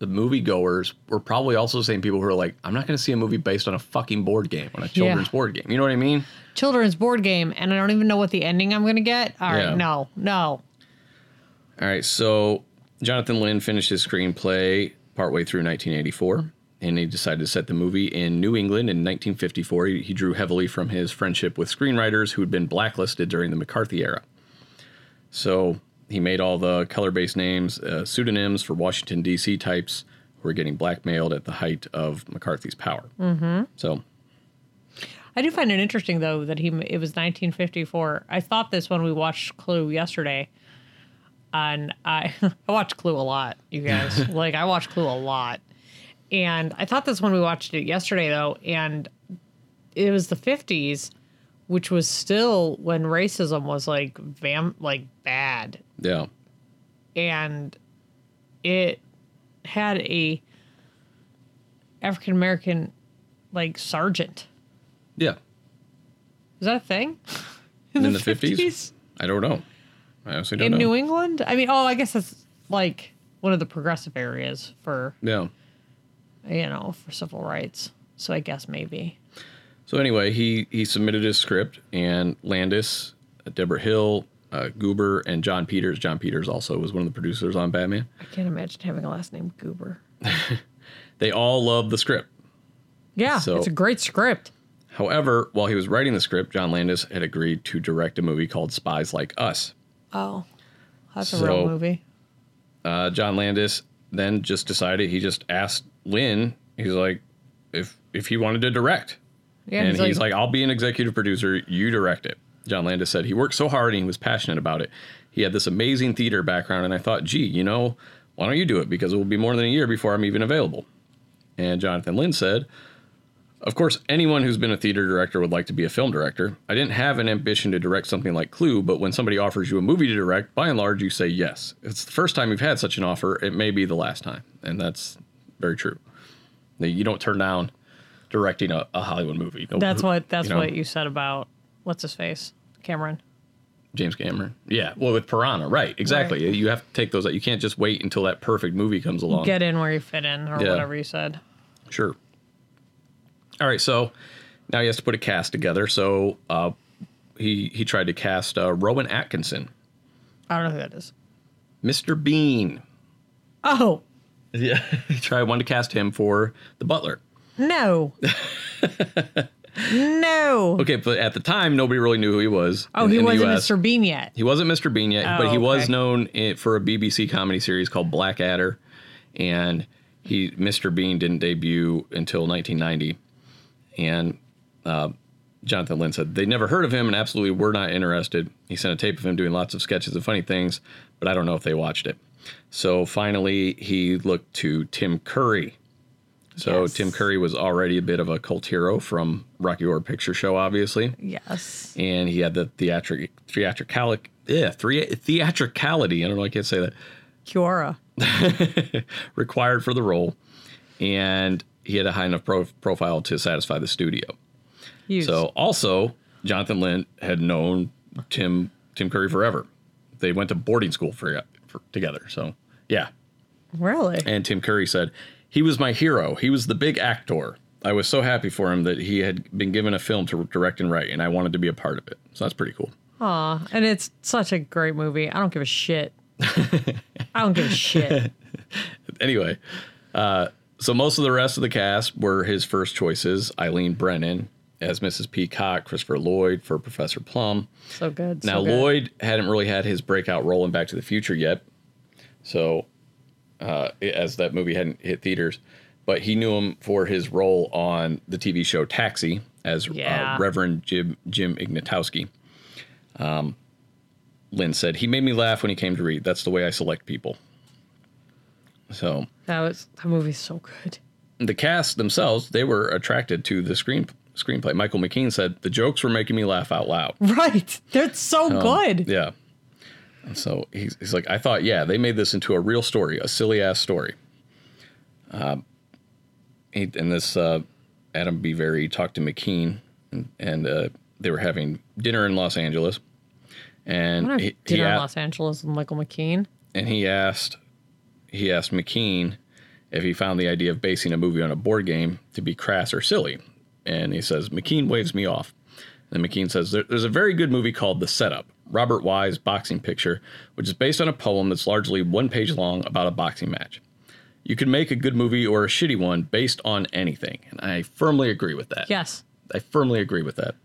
[SPEAKER 2] the moviegoers were probably also the same people who are like, I'm not going to see a movie based on a fucking board game, on a children's board game. You know what I mean?
[SPEAKER 1] children's board game and i don't even know what the ending i'm gonna get all right
[SPEAKER 2] Yeah.
[SPEAKER 1] no no
[SPEAKER 2] All right, so Jonathan Lynn finished his screenplay partway through 1984, and he decided to set the movie in New England in 1954. He, he drew heavily from his friendship with screenwriters who had been blacklisted during the McCarthy era. So he made all the color based names, uh, pseudonyms for Washington, D.C. types who were getting blackmailed at the height of McCarthy's power. Mm-hmm. So,
[SPEAKER 1] i do find it interesting though that he m- it was 1954 i thought this when we watched clue yesterday and i i watched clue a lot you guys like i watched clue a lot and i thought this when we watched it yesterday though and it was the 50s which was still when racism was like vam like bad
[SPEAKER 2] yeah.
[SPEAKER 1] and it had a African American like sergeant.
[SPEAKER 2] Yeah.
[SPEAKER 1] Is that a thing?
[SPEAKER 2] In the 50s? I don't know. I honestly don't
[SPEAKER 1] in
[SPEAKER 2] know.
[SPEAKER 1] New England? I mean, oh, I guess that's like one of the progressive areas for
[SPEAKER 2] yeah.
[SPEAKER 1] you know for civil rights. So I guess maybe.
[SPEAKER 2] So anyway, he he submitted his script, and Landis, Deborah Hill, uh, Goober, and John Peters. John Peters also was one of the producers on Batman.
[SPEAKER 1] I can't imagine having a last name Goober.
[SPEAKER 2] They all loved the script.
[SPEAKER 1] Yeah,
[SPEAKER 2] So-
[SPEAKER 1] it's a great script.
[SPEAKER 2] However, while he was writing the script, John Landis had agreed to direct a movie called Spies Like Us.
[SPEAKER 1] Oh, that's a
[SPEAKER 2] So-
[SPEAKER 1] real movie.
[SPEAKER 2] Uh, John Landis then just decided he just asked Lynn. He's like, if if he wanted to direct,
[SPEAKER 1] Yeah,
[SPEAKER 2] and he's, like, I'll be an executive producer. You direct it. John Landis said he worked so hard and he was passionate about it. He had this amazing theater background, and I thought, gee, you know, why don't you do it? Because it will be more than a year before I'm even available. And Jonathan Lynn said, Of course, anyone who's been a theater director would like to be a film director. I didn't have an ambition to direct something like Clue, but when somebody offers you a movie to direct, by and large, you say yes. It's the first time you've had such an offer. It may be the last time. And that's very true. That You don't turn down directing a, a Hollywood movie. No-
[SPEAKER 1] that's what that's
[SPEAKER 2] you know.
[SPEAKER 1] what you said about what's his face, Cameron.
[SPEAKER 2] James Cameron. Yeah. Well, with Piranha, right. Exactly. You have to take those out. You can't just wait until that perfect movie comes along.
[SPEAKER 1] Get in where you fit in, or
[SPEAKER 2] Yeah.
[SPEAKER 1] whatever you said.
[SPEAKER 2] Sure. All right, so now he has to put a cast together. So uh, he he tried to cast uh, Rowan Atkinson,
[SPEAKER 1] I don't know who that is.
[SPEAKER 2] Mr. Bean.
[SPEAKER 1] Oh
[SPEAKER 2] Yeah, he tried one to cast him for the Butler.
[SPEAKER 1] no, no.
[SPEAKER 2] Okay, but at the time, nobody really knew who he was.
[SPEAKER 1] Oh,
[SPEAKER 2] in-
[SPEAKER 1] he
[SPEAKER 2] in the
[SPEAKER 1] wasn't
[SPEAKER 2] US.
[SPEAKER 1] Mr. Bean yet.
[SPEAKER 2] He wasn't Mr. Bean yet,
[SPEAKER 1] Oh,
[SPEAKER 2] but he was
[SPEAKER 1] okay.
[SPEAKER 2] known i- for a BBC comedy series called Blackadder, and he Mr. Bean didn't debut until 1990. And uh, Jonathan Lynn said they never heard of him and absolutely were not interested. He sent a tape of him doing lots of sketches and funny things, but I don't know if they watched it. So finally, he looked to Tim Curry. So
[SPEAKER 1] Yes.
[SPEAKER 2] Tim Curry was already a bit of a cult hero from Rocky Horror Picture Show, obviously
[SPEAKER 1] Yes.
[SPEAKER 2] and he had the theatric theatricalic yeah, three, theatricality. I don't know. I can't say that
[SPEAKER 1] Kiora.
[SPEAKER 2] required for the role, and he had a high enough pro- profile to satisfy the studio.
[SPEAKER 1] Used.
[SPEAKER 2] So also, Jonathan Lynn had known Tim Tim Curry forever. They went to boarding school for, for together. So yeah,
[SPEAKER 1] really?
[SPEAKER 2] and Tim Curry said, He was my hero. He was the big actor. I was so happy for him that he had been given a film to direct and write, and I wanted to be a part of it. So that's pretty cool.
[SPEAKER 1] Aw, and it's such a great movie. I don't give a shit. I don't give a shit.
[SPEAKER 2] anyway, uh, so most of the rest of the cast were his first choices: Eileen Brennan as Mrs. Peacock, Christopher Lloyd for Professor Plum.
[SPEAKER 1] So good. so
[SPEAKER 2] Now
[SPEAKER 1] good.
[SPEAKER 2] Lloyd hadn't really had his breakout role in Back to the Future yet, so uh, as that movie hadn't hit theaters, but he knew him for his role on the TV show Taxi as
[SPEAKER 1] Yeah.
[SPEAKER 2] uh, Reverend Jim Jim Ignatowski. Um, Lynn said he made me laugh when he came to read. That's the way I select people. So
[SPEAKER 1] That was that movie's so good.
[SPEAKER 2] the cast themselves they were attracted to the screen screenplay. Michael McKean said the jokes were making me laugh out loud.
[SPEAKER 1] Right. That's so good.
[SPEAKER 2] Um, Yeah. And so he's, he's like, I thought, yeah, they made this into a real story, a silly ass story. Uh, he, and this uh, Adam B. Very talked to McKean, and, and uh, they were having dinner in Los Angeles.
[SPEAKER 1] I
[SPEAKER 2] And
[SPEAKER 1] wonder
[SPEAKER 2] he,
[SPEAKER 1] if
[SPEAKER 2] he
[SPEAKER 1] Dinner in
[SPEAKER 2] a-
[SPEAKER 1] Los Angeles with Michael McKean.
[SPEAKER 2] and he asked, he asked McKean if he found the idea of basing a movie on a board game to be crass or silly. And he says, McKean waves me off. And McKean says, there, There's a very good movie called The Setup, Robert Wise boxing picture, which is based on a poem that's largely one page long about a boxing match. You can make a good movie or a shitty one based on anything. And I firmly agree with that.
[SPEAKER 1] Yes.
[SPEAKER 2] I firmly agree with that.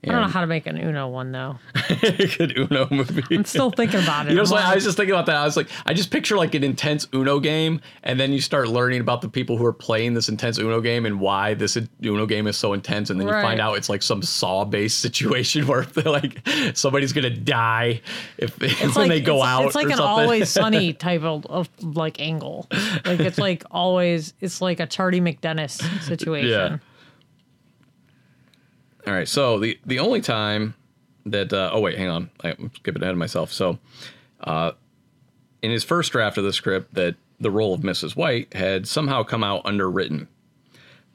[SPEAKER 1] I don't know how to make an Uno one though.
[SPEAKER 2] good Uno movie.
[SPEAKER 1] I'm still thinking about it.
[SPEAKER 2] You know, it's
[SPEAKER 1] I'm
[SPEAKER 2] like, I
[SPEAKER 1] like,
[SPEAKER 2] was just thinking about that. I was like, I just picture like an intense Uno game, and then you start learning about the people who are playing this intense Uno game and why this in- Uno game is so intense, and then you
[SPEAKER 1] Right.
[SPEAKER 2] find out it's like some saw-based situation where if they're like somebody's gonna die if when
[SPEAKER 1] it's like-
[SPEAKER 2] they go
[SPEAKER 1] it's-
[SPEAKER 2] out.
[SPEAKER 1] It's like
[SPEAKER 2] or
[SPEAKER 1] an
[SPEAKER 2] something.
[SPEAKER 1] always sunny type of, of like angle. Like it's like always it's like a Charlie McDennis situation.
[SPEAKER 2] All right. So the the only time that uh, oh wait, hang on, I'm skipping ahead of myself. So, uh, in his first draft of the script, that the role of Mrs. White had somehow come out underwritten.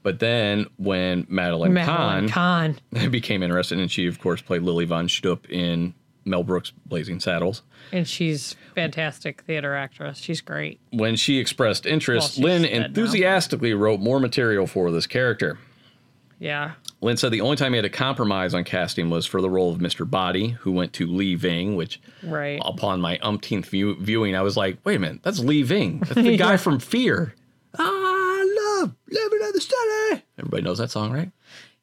[SPEAKER 2] But then when Madeline,
[SPEAKER 1] Madeline
[SPEAKER 2] Kahn,
[SPEAKER 1] Kahn.
[SPEAKER 2] became interested, and she of course played Lily von Stupp in Mel Brooks' Blazing Saddles.
[SPEAKER 1] And she's fantastic theater actress. She's great.
[SPEAKER 2] When she expressed interest,
[SPEAKER 1] Well, she's
[SPEAKER 2] Lynn
[SPEAKER 1] dead now.
[SPEAKER 2] enthusiastically wrote more material for this character.
[SPEAKER 1] Yeah.
[SPEAKER 2] Lynn said the only time he had a compromise on casting was for the role of Mr. Body, who went to Lee Ving, which
[SPEAKER 1] Right.
[SPEAKER 2] upon my umpteenth view- viewing, I was like, wait a minute, that's Lee Ving. That's the guy from Fear. I love living in the city. Everybody knows that song, right?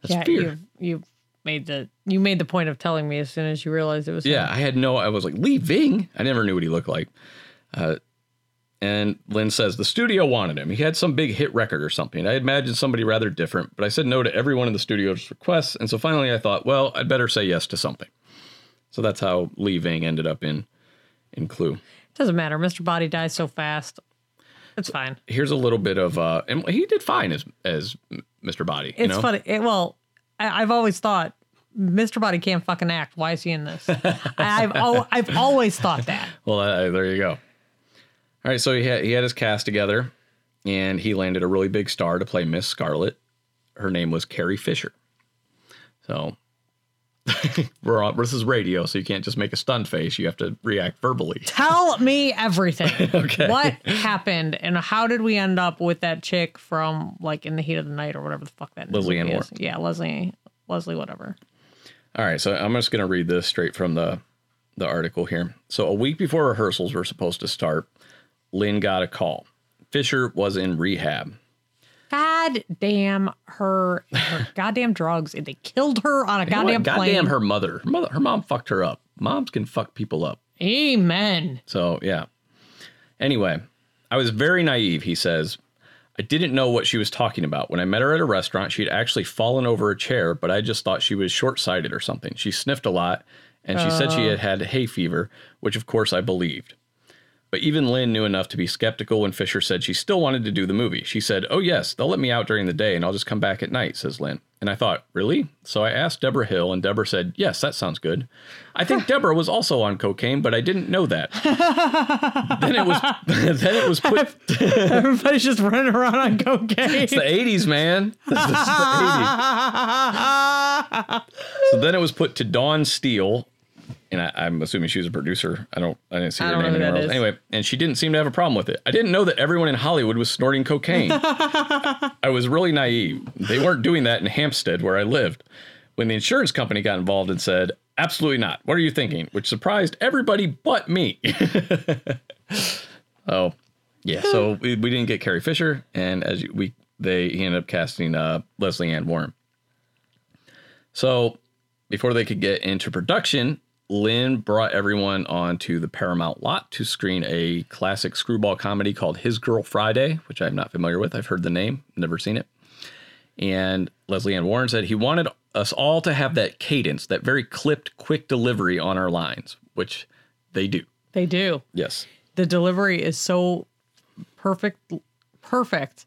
[SPEAKER 2] That's
[SPEAKER 1] yeah,
[SPEAKER 2] fear.
[SPEAKER 1] you you made the you made the point of telling me as soon as you realized it was him.
[SPEAKER 2] Yeah, I had no. I was like Lee Ving. I never knew what he looked like. Uh, and Lynn says the studio wanted him. He had some big hit record or something. I imagined somebody rather different, but I said no to everyone in the studio's requests. And so finally, I thought, well, I'd better say yes to something. So that's how Lee Ving ended up in in Clue.
[SPEAKER 1] Doesn't matter. Mr. Body dies so fast. It's fine.
[SPEAKER 2] Here's a little bit of uh, and he did fine as as Mr. Body. you
[SPEAKER 1] It's
[SPEAKER 2] know?
[SPEAKER 1] funny. It, well, I, I've always thought Mr. Body can't fucking act. Why is he in this? I, I've al- I've always thought that.
[SPEAKER 2] Well, uh, there you go. All right, so he had he had his cast together, and he landed a really big star to play Miss Scarlet. Her name was Carrie Fisher. So we're on this is radio, so you can't just make a stunned face. You have to react verbally.
[SPEAKER 1] Tell me everything.
[SPEAKER 2] Okay.
[SPEAKER 1] What happened and how did we end up with that chick from like in the heat of the night or whatever the fuck that is?
[SPEAKER 2] Leslie Ann Moore.
[SPEAKER 1] Yeah, Leslie, Leslie, whatever.
[SPEAKER 2] All right, so I'm just going to read this straight from the the article here. So a week before rehearsals were supposed to start, Lynn got a call. Fisher was in rehab.
[SPEAKER 1] God damn her, her goddamn drugs. And they killed her on a
[SPEAKER 2] You know what?
[SPEAKER 1] goddamn plane.
[SPEAKER 2] Goddamn her mother. her mother. Her mom fucked her up. Moms can fuck people up.
[SPEAKER 1] Amen.
[SPEAKER 2] So, yeah. Anyway, I was very naive, he says. I didn't know what she was talking about. When I met her at a restaurant, she had actually fallen over a chair, but I just thought she was short sighted or something. She sniffed a lot and she said she had had hay fever, which of course I believed. But even Lynn knew enough to be skeptical when Fisher said she still wanted to do the movie. She said, Oh, yes, they'll let me out during the day and I'll just come back at night, says Lynn. And I thought, Really? So I asked Deborah Hill, and Deborah said, Yes, that sounds good. I think Deborah was also on cocaine, but I didn't know that. then it was then it was put
[SPEAKER 1] Everybody's just running around on cocaine.
[SPEAKER 2] it's the 80s, man. This is the 80s. So then it was put to Dawn Steele, and I, I'm assuming she was a producer. I don't, I didn't see her
[SPEAKER 1] don't
[SPEAKER 2] name
[SPEAKER 1] know who
[SPEAKER 2] anywhere
[SPEAKER 1] that
[SPEAKER 2] else.
[SPEAKER 1] is.
[SPEAKER 2] Anyway, and she didn't seem to have a problem with it. I didn't know that everyone in Hollywood was snorting cocaine. I was really naive. They weren't doing that in Hampstead, where I lived. When the insurance company got involved and said, "Absolutely not. What are you thinking?" which surprised everybody but me. oh, yeah. So we, we didn't get Carrie Fisher, and as you- we they he ended up casting uh, Leslie Ann Warren. So before they could get into production, Lynn brought everyone onto the Paramount lot to screen a classic screwball comedy called His Girl Friday, which I'm not familiar with. I've heard the name, never seen it. And Leslie Ann Warren said he wanted us all to have that cadence, that very clipped, quick delivery on our lines, which they do.
[SPEAKER 1] They do.
[SPEAKER 2] Yes.
[SPEAKER 1] The delivery is so perfect, perfect,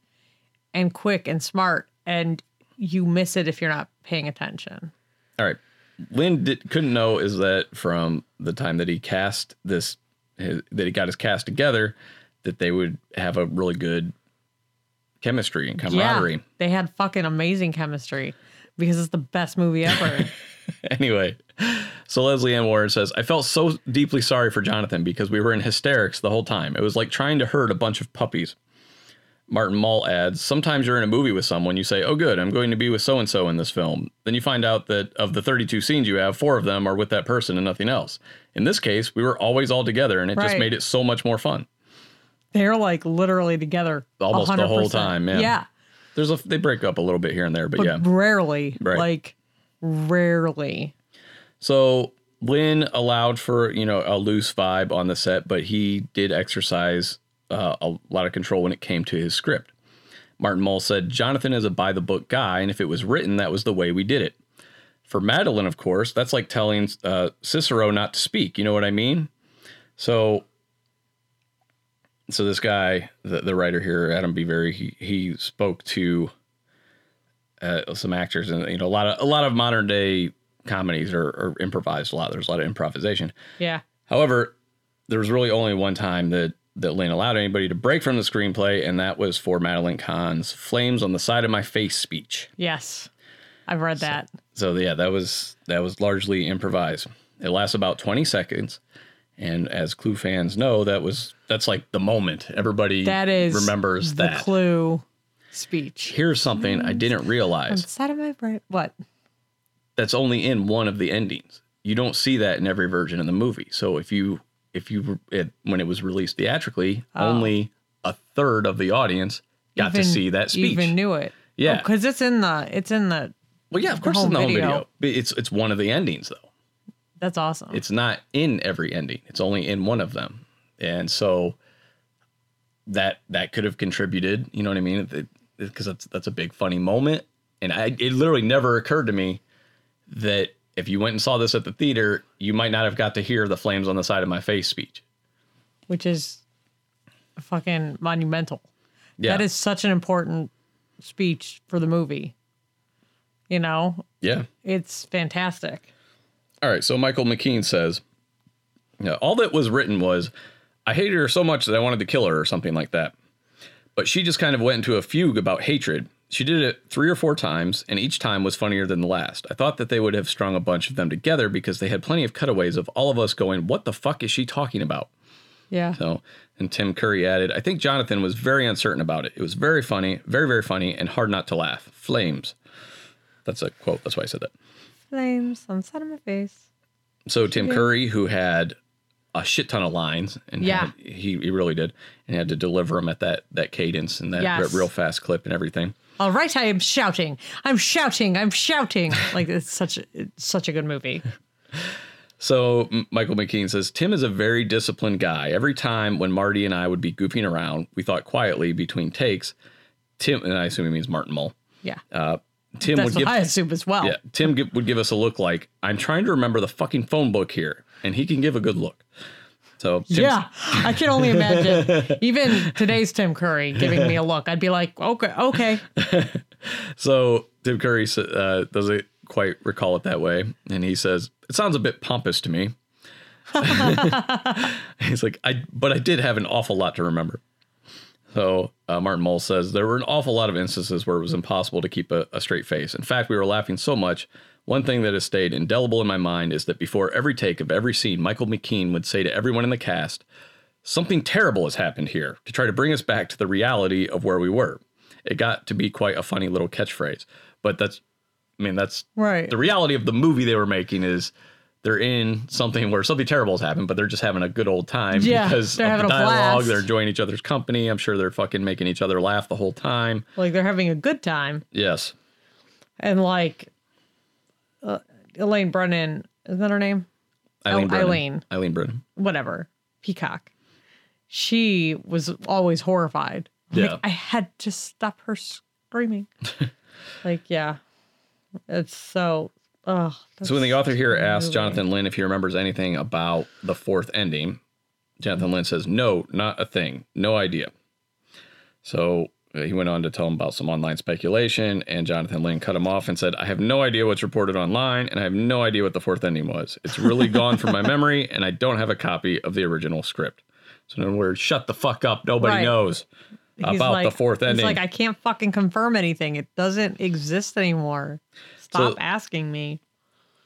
[SPEAKER 1] and quick and smart, and you miss it if you're not paying attention.
[SPEAKER 2] All right. Lynn did, couldn't know is that from the time that he cast this, his, that he got his cast together, that they would have a really good chemistry and camaraderie.
[SPEAKER 1] they had fucking amazing chemistry because it's the best movie ever.
[SPEAKER 2] Anyway, so Leslie Ann Warren says, I felt so deeply sorry for Jonathan because we were in hysterics the whole time. It was like trying to herd a bunch of puppies. Martin Mull adds, Sometimes you're in a movie with someone, you say, Oh, good, I'm going to be with so and so in this film. Then you find out that of the 32 scenes you have, four of them are with that person and nothing else. In this case, we were always all together and it just
[SPEAKER 1] Right.
[SPEAKER 2] made it so much more fun.
[SPEAKER 1] They're like literally together
[SPEAKER 2] Almost the whole
[SPEAKER 1] 100%.
[SPEAKER 2] time, yeah.
[SPEAKER 1] yeah,
[SPEAKER 2] There's a they break up a little bit here and there, but,
[SPEAKER 1] but
[SPEAKER 2] yeah.
[SPEAKER 1] rarely,
[SPEAKER 2] Right.
[SPEAKER 1] like rarely.
[SPEAKER 2] So Lynn allowed for you know a loose vibe on the set, but he did exercise uh, a lot of control when it came to his script. Martin Mull said Jonathan is a by the book guy, and if it was written, that was the way we did it. For Madeline, of course, that's like telling uh, Cicero not to speak. You know what I mean? So, so this guy, the, the writer here, Adam B. Very, he he spoke to uh, some actors, and you know a lot of a lot of modern day comedies are, are improvised a lot. There's a lot of improvisation.
[SPEAKER 1] Yeah,
[SPEAKER 2] However, there was really only one time that that Lynn allowed anybody to break from the screenplay, and that was for Madeline Kahn's "Flames on the Side of My Face" speech.
[SPEAKER 1] yes, I've read that.
[SPEAKER 2] So yeah, that was that was largely improvised. It lasts about 20 seconds, and as Clue fans know, that was that's like the moment everybody
[SPEAKER 1] That is
[SPEAKER 2] remembers
[SPEAKER 1] the
[SPEAKER 2] that.
[SPEAKER 1] clue speech.
[SPEAKER 2] Here's something I didn't realize
[SPEAKER 1] Inside of my brain, what?
[SPEAKER 2] that's only in one of the endings. You don't see that in every version of the movie. So if you if you it, when it was released theatrically, only a third of the audience got to
[SPEAKER 1] Even-
[SPEAKER 2] see that speech.
[SPEAKER 1] Even knew it. Oh,
[SPEAKER 2] Yeah.
[SPEAKER 1] because it's in the it's in the
[SPEAKER 2] Well, yeah, of course, it's in the home video. But It's it's one of the endings though.
[SPEAKER 1] That's awesome.
[SPEAKER 2] It's not in every ending. It's only in one of them, and so that that could have contributed. You know what I mean? Because that's that's a big funny moment, and I it literally never occurred to me that if you went and saw this at the theater, you might not have got to hear the flames on the side of my face speech.
[SPEAKER 1] Which is fucking monumental.
[SPEAKER 2] Yeah,
[SPEAKER 1] That is such an important speech for the movie. You know,
[SPEAKER 2] yeah.
[SPEAKER 1] it's fantastic.
[SPEAKER 2] All right, so Michael McKean says, "Yeah, all that was written was, I hated her so much that I wanted to kill her or something like that. But she just kind of went into a fugue about hatred. She did it three or four times, and each time was funnier than the last. I thought that they would have strung a bunch of them together because they had plenty of cutaways of all of us going, What the fuck is she talking about?
[SPEAKER 1] Yeah.
[SPEAKER 2] So, and Tim Curry added, I think Jonathan was very uncertain about it. It was very funny, very, very funny, and hard not to laugh. Flames. That's a quote. That's why I said that.
[SPEAKER 1] Flames on the side of my face.
[SPEAKER 2] So Tim Curry, who had a shit ton of lines, and
[SPEAKER 1] Yeah.
[SPEAKER 2] had- he, he really did, and had to deliver them at that that cadence and that
[SPEAKER 1] Yes.
[SPEAKER 2] re- real fast clip and everything.
[SPEAKER 1] All right, I am shouting. I'm shouting. I'm shouting. Like it's such it's such a good movie.
[SPEAKER 2] So M- Michael McKean says Tim is a very disciplined guy. Every time when Marty and I would be goofing around, we thought quietly between takes. Tim and I assume he means Martin Mull.
[SPEAKER 1] Yeah.
[SPEAKER 2] Uh, Tim
[SPEAKER 1] That's
[SPEAKER 2] would
[SPEAKER 1] what
[SPEAKER 2] give
[SPEAKER 1] I assume as well.
[SPEAKER 2] yeah Tim gi- would give us a look like I'm trying to remember the fucking phone book here, and he can give a good look. So Tim's-
[SPEAKER 1] Yeah, I can only imagine. Even today's Tim Curry giving me a look, I'd be like, okay, okay,
[SPEAKER 2] So Tim Curry uh, doesn't quite recall it that way, and he says it sounds a bit pompous to me. He's like, I, but I did have an awful lot to remember. So uh, Martin Mull says there were an awful lot of instances where it was impossible to keep a, a straight face. In fact, we were laughing so much. One thing that has stayed indelible in my mind is that before every take of every scene, Michael McKean would say to everyone in the cast, Something terrible has happened here to try to bring us back to the reality of where we were. It got to be quite a funny little catchphrase, but that's, I mean, that's
[SPEAKER 1] right.
[SPEAKER 2] the reality of the movie they were making is they're in something where something terrible has happened, but they're just having a good old time
[SPEAKER 1] Yeah,
[SPEAKER 2] because
[SPEAKER 1] they're
[SPEAKER 2] of
[SPEAKER 1] having
[SPEAKER 2] the
[SPEAKER 1] a
[SPEAKER 2] dialogue.
[SPEAKER 1] blast.
[SPEAKER 2] They're enjoying each other's company. I'm sure they're fucking making each other laugh the whole time.
[SPEAKER 1] Like they're having a good time,
[SPEAKER 2] Yes.
[SPEAKER 1] and like uh, Elaine Brennan is that her name?
[SPEAKER 2] Eileen
[SPEAKER 1] Oh,
[SPEAKER 2] Brennan.
[SPEAKER 1] Eileen.
[SPEAKER 2] Eileen Brennan.
[SPEAKER 1] Whatever, Peacock. She was always horrified. Like,
[SPEAKER 2] Yeah.
[SPEAKER 1] I had to stop her screaming. like, yeah, it's so. Oh,
[SPEAKER 2] So when the author here asks
[SPEAKER 1] moving.
[SPEAKER 2] Jonathan Lynn if he remembers anything about the fourth ending, Jonathan Lynn says, "No, not a thing. No idea." So uh, he went on to tell him about some online speculation, and Jonathan Lynn cut him off and said, "I have no idea what's reported online, and I have no idea what the fourth ending was. It's really gone from my memory, and I don't have a copy of the original script." So in other words, shut the fuck up. Nobody
[SPEAKER 1] Right.
[SPEAKER 2] knows about the fourth ending.
[SPEAKER 1] He's like, I can't fucking confirm anything. It doesn't exist anymore. Stop
[SPEAKER 2] So-
[SPEAKER 1] asking me.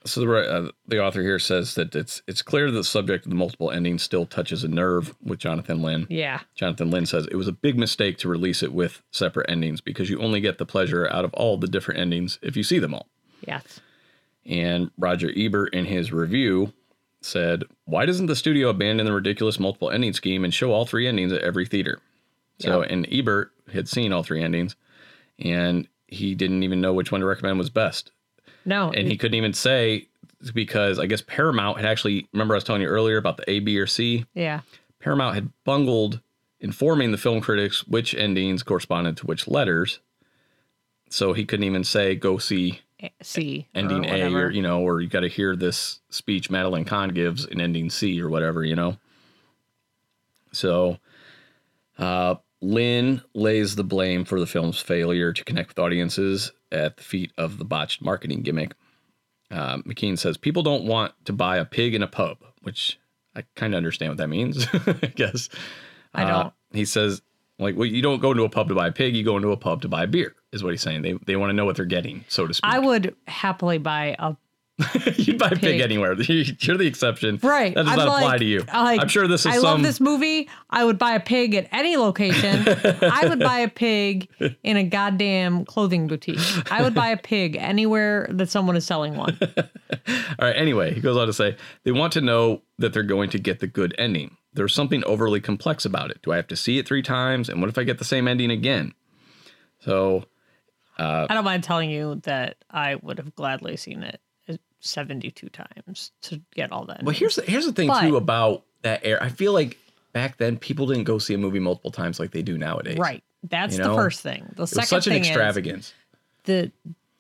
[SPEAKER 2] So the uh, the author here says that it's it's clear that the subject of the multiple endings still touches a nerve with Jonathan Lynn.
[SPEAKER 1] Yeah.
[SPEAKER 2] Jonathan Lynn says it was a big mistake to release it with separate endings because you only get the pleasure out of all the different endings if you see them all.
[SPEAKER 1] Yes.
[SPEAKER 2] And Roger Ebert, in his review, said, Why doesn't the studio abandon the ridiculous multiple ending scheme and show all three endings at every theater? So, and Ebert had seen all three endings and he didn't even know which one to recommend was best.
[SPEAKER 1] No.
[SPEAKER 2] And he couldn't even say because I guess Paramount had actually, remember I was telling you earlier about the A, B, or C?
[SPEAKER 1] yeah.
[SPEAKER 2] Paramount had bungled informing the film critics which endings corresponded to which letters. So he couldn't even say, go see
[SPEAKER 1] C. or
[SPEAKER 2] ending A,
[SPEAKER 1] Uh, whatever.
[SPEAKER 2] or, E. you know, or you got to hear this speech Madeline Kahn gives in ending C or whatever, you know? So uh, Lynn lays the blame for the film's failure to connect with audiences at the feet of the botched marketing gimmick. Uh, McKean says people don't want to buy a pig in a pub, which I kind of understand what that means, I guess.
[SPEAKER 1] I
[SPEAKER 2] Uh,
[SPEAKER 1] don't.
[SPEAKER 2] he says, like, well, you don't go into a pub to buy a pig, you go into a pub to buy beer, is what he's saying. They, they want to know what they're getting, so to speak.
[SPEAKER 1] I would happily buy a
[SPEAKER 2] You'd buy a pig
[SPEAKER 1] Pig.
[SPEAKER 2] anywhere. You're the exception.
[SPEAKER 1] right.
[SPEAKER 2] That does
[SPEAKER 1] I'm
[SPEAKER 2] not apply
[SPEAKER 1] like-
[SPEAKER 2] to you.
[SPEAKER 1] I like-
[SPEAKER 2] I'm sure this is
[SPEAKER 1] I
[SPEAKER 2] some.
[SPEAKER 1] love this movie. I would buy a pig at any location. I would buy a pig in a goddamn clothing boutique. I would buy a pig anywhere that someone is selling one.
[SPEAKER 2] All right. Anyway, he goes on to say they want to know that they're going to get the good ending. There's something overly complex about it. Do I have to see it three times? And what if I get the same ending again? So
[SPEAKER 1] I don't mind telling you that I would have gladly seen it 72 times to get all that.
[SPEAKER 2] Well, here's the, here's the thing
[SPEAKER 1] But-
[SPEAKER 2] too about that era. I feel like back then people didn't go see a movie multiple times like they do nowadays.
[SPEAKER 1] right. That's
[SPEAKER 2] you
[SPEAKER 1] the
[SPEAKER 2] know,
[SPEAKER 1] first thing. The
[SPEAKER 2] It was
[SPEAKER 1] second
[SPEAKER 2] such an
[SPEAKER 1] thing is
[SPEAKER 2] extravagance.
[SPEAKER 1] the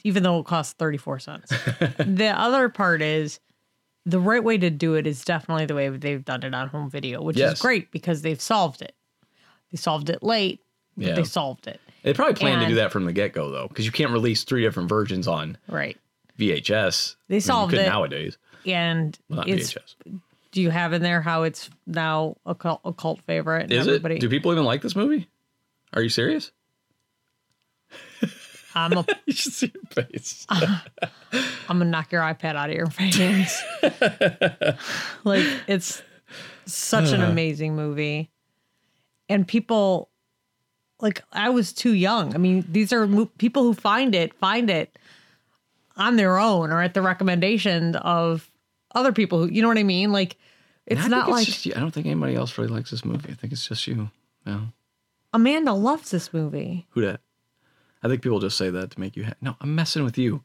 [SPEAKER 1] even though it costs 34 cents. the other part is the right way to do it is definitely the way they've done it on home video, which is
[SPEAKER 2] Yes.
[SPEAKER 1] great because they've solved it. They solved it late, but
[SPEAKER 2] Yeah.
[SPEAKER 1] they solved it.
[SPEAKER 2] They probably planned to do
[SPEAKER 1] And-
[SPEAKER 2] that from the get go though, because you can't release three different versions on
[SPEAKER 1] Right.
[SPEAKER 2] VHS.
[SPEAKER 1] They
[SPEAKER 2] I mean,
[SPEAKER 1] solved
[SPEAKER 2] you could
[SPEAKER 1] it.
[SPEAKER 2] nowadays.
[SPEAKER 1] And
[SPEAKER 2] Well, not
[SPEAKER 1] it's,
[SPEAKER 2] VHS.
[SPEAKER 1] do you have in there how it's now a cult, a cult favorite? and
[SPEAKER 2] Is
[SPEAKER 1] everybody,
[SPEAKER 2] it? Do people even like this movie? Are you serious?
[SPEAKER 1] I'm a
[SPEAKER 2] You should see your face.
[SPEAKER 1] Uh, I'm gonna knock your iPad out of your hands. like it's such
[SPEAKER 2] Uh.
[SPEAKER 1] an amazing movie, and people like I was too young. I mean, these are mo- people who find it find it on their own or at the recommendation of other people. Who you know what I mean? Like
[SPEAKER 2] I
[SPEAKER 1] it's
[SPEAKER 2] think
[SPEAKER 1] not like
[SPEAKER 2] just you. I don't think anybody else really likes this movie. I think it's just you. No,
[SPEAKER 1] Amanda loves this movie.
[SPEAKER 2] who that? I think people just say that to make you. Ha- no, I'm messing with you.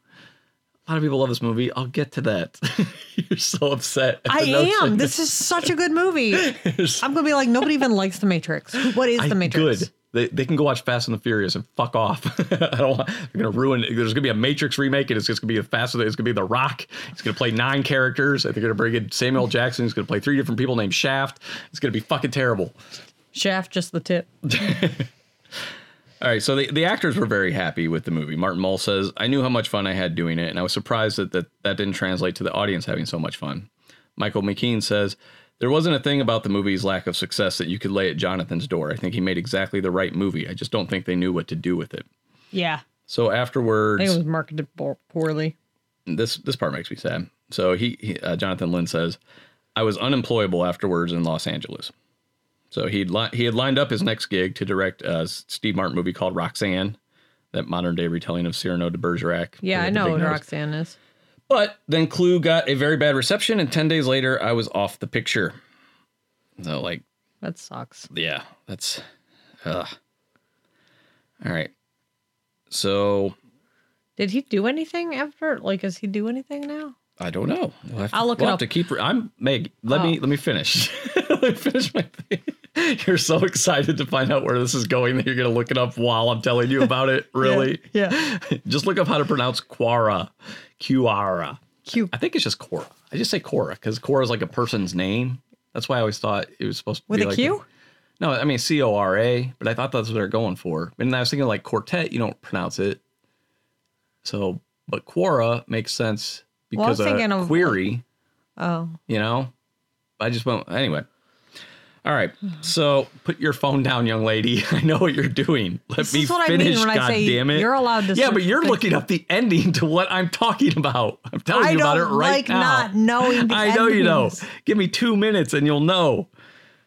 [SPEAKER 2] A lot of people love this movie. I'll get to that. You're so upset. at
[SPEAKER 1] I
[SPEAKER 2] the notion
[SPEAKER 1] am.
[SPEAKER 2] that-
[SPEAKER 1] This is such a good movie.
[SPEAKER 2] You're so-
[SPEAKER 1] I'm gonna be like nobody even likes The Matrix. What is
[SPEAKER 2] I-
[SPEAKER 1] The Matrix?
[SPEAKER 2] Good. They, they can go watch Fast and the Furious and fuck off. I don't want, they're gonna ruin. There's gonna be a Matrix remake, and it's just gonna be the Fast. It's gonna be The Rock. It's gonna play nine characters. and They're gonna bring in Samuel L. Jackson. He's gonna play three different people named Shaft. It's gonna be fucking terrible.
[SPEAKER 1] Shaft, just the tip.
[SPEAKER 2] All right, so the, the actors were very happy with the movie. Martin Mull says, I knew how much fun I had doing it, and I was surprised that that, that didn't translate to the audience having so much fun. Michael McKean says, There wasn't a thing about the movie's lack of success that you could lay at Jonathan's door. I think he made exactly the right movie. I just don't think they knew what to do with it.
[SPEAKER 1] Yeah.
[SPEAKER 2] So
[SPEAKER 1] I
[SPEAKER 2] afterwards,
[SPEAKER 1] think it was marketed po- poorly.
[SPEAKER 2] this this part makes me sad. So he, he uh, Jonathan Lynn says, I was unemployable afterwards in Los Angeles. So he'd li- he had lined up his next gig to direct a Steve Martin movie called Roxanne, that modern day retelling of Cyrano de Bergerac.
[SPEAKER 1] Yeah,
[SPEAKER 2] Who
[SPEAKER 1] I
[SPEAKER 2] had the
[SPEAKER 1] know
[SPEAKER 2] big
[SPEAKER 1] what
[SPEAKER 2] nose.
[SPEAKER 1] Roxanne is.
[SPEAKER 2] But then Clue got a very bad reception, and ten days later, I was off the picture. So like
[SPEAKER 1] That sucks.
[SPEAKER 2] yeah, that's. Ugh. All right. So
[SPEAKER 1] Did he do anything after? Like, does he do anything now?
[SPEAKER 2] I don't know. We'll have to,
[SPEAKER 1] I'll look
[SPEAKER 2] we'll
[SPEAKER 1] it
[SPEAKER 2] have
[SPEAKER 1] up.
[SPEAKER 2] to keep. Re- I'm Meg. Let
[SPEAKER 1] Oh.
[SPEAKER 2] me let me finish. let me finish my thing. You're so excited to find out where this is going that you're gonna look it up while I'm telling you about it. Really?
[SPEAKER 1] Yeah.
[SPEAKER 2] Just look up how to pronounce Quara. Quara.
[SPEAKER 1] Q.
[SPEAKER 2] I think it's just Cora. I just say Cora because Cora is like a person's name. That's why I always thought it was supposed to
[SPEAKER 1] With
[SPEAKER 2] be
[SPEAKER 1] a
[SPEAKER 2] like
[SPEAKER 1] Q?
[SPEAKER 2] no, I mean C O R A, but I thought that's what they're going for. And I was thinking like quartet, you don't pronounce it. So, but Quora makes sense
[SPEAKER 1] Well, I was
[SPEAKER 2] because
[SPEAKER 1] thinking
[SPEAKER 2] a
[SPEAKER 1] of-
[SPEAKER 2] query
[SPEAKER 1] Oh,
[SPEAKER 2] you know i just won't anyway all right so put your phone down young lady i know what you're doing let
[SPEAKER 1] This
[SPEAKER 2] me
[SPEAKER 1] is what I mean
[SPEAKER 2] finish
[SPEAKER 1] when I
[SPEAKER 2] god
[SPEAKER 1] say
[SPEAKER 2] damn it
[SPEAKER 1] you're allowed to
[SPEAKER 2] yeah but
[SPEAKER 1] search
[SPEAKER 2] you're
[SPEAKER 1] things.
[SPEAKER 2] looking up the ending to what i'm talking about i'm telling
[SPEAKER 1] I
[SPEAKER 2] you about it
[SPEAKER 1] don't
[SPEAKER 2] right
[SPEAKER 1] like
[SPEAKER 2] now
[SPEAKER 1] not knowing. The
[SPEAKER 2] I know you know.
[SPEAKER 1] endings.
[SPEAKER 2] Give me two minutes and you'll know.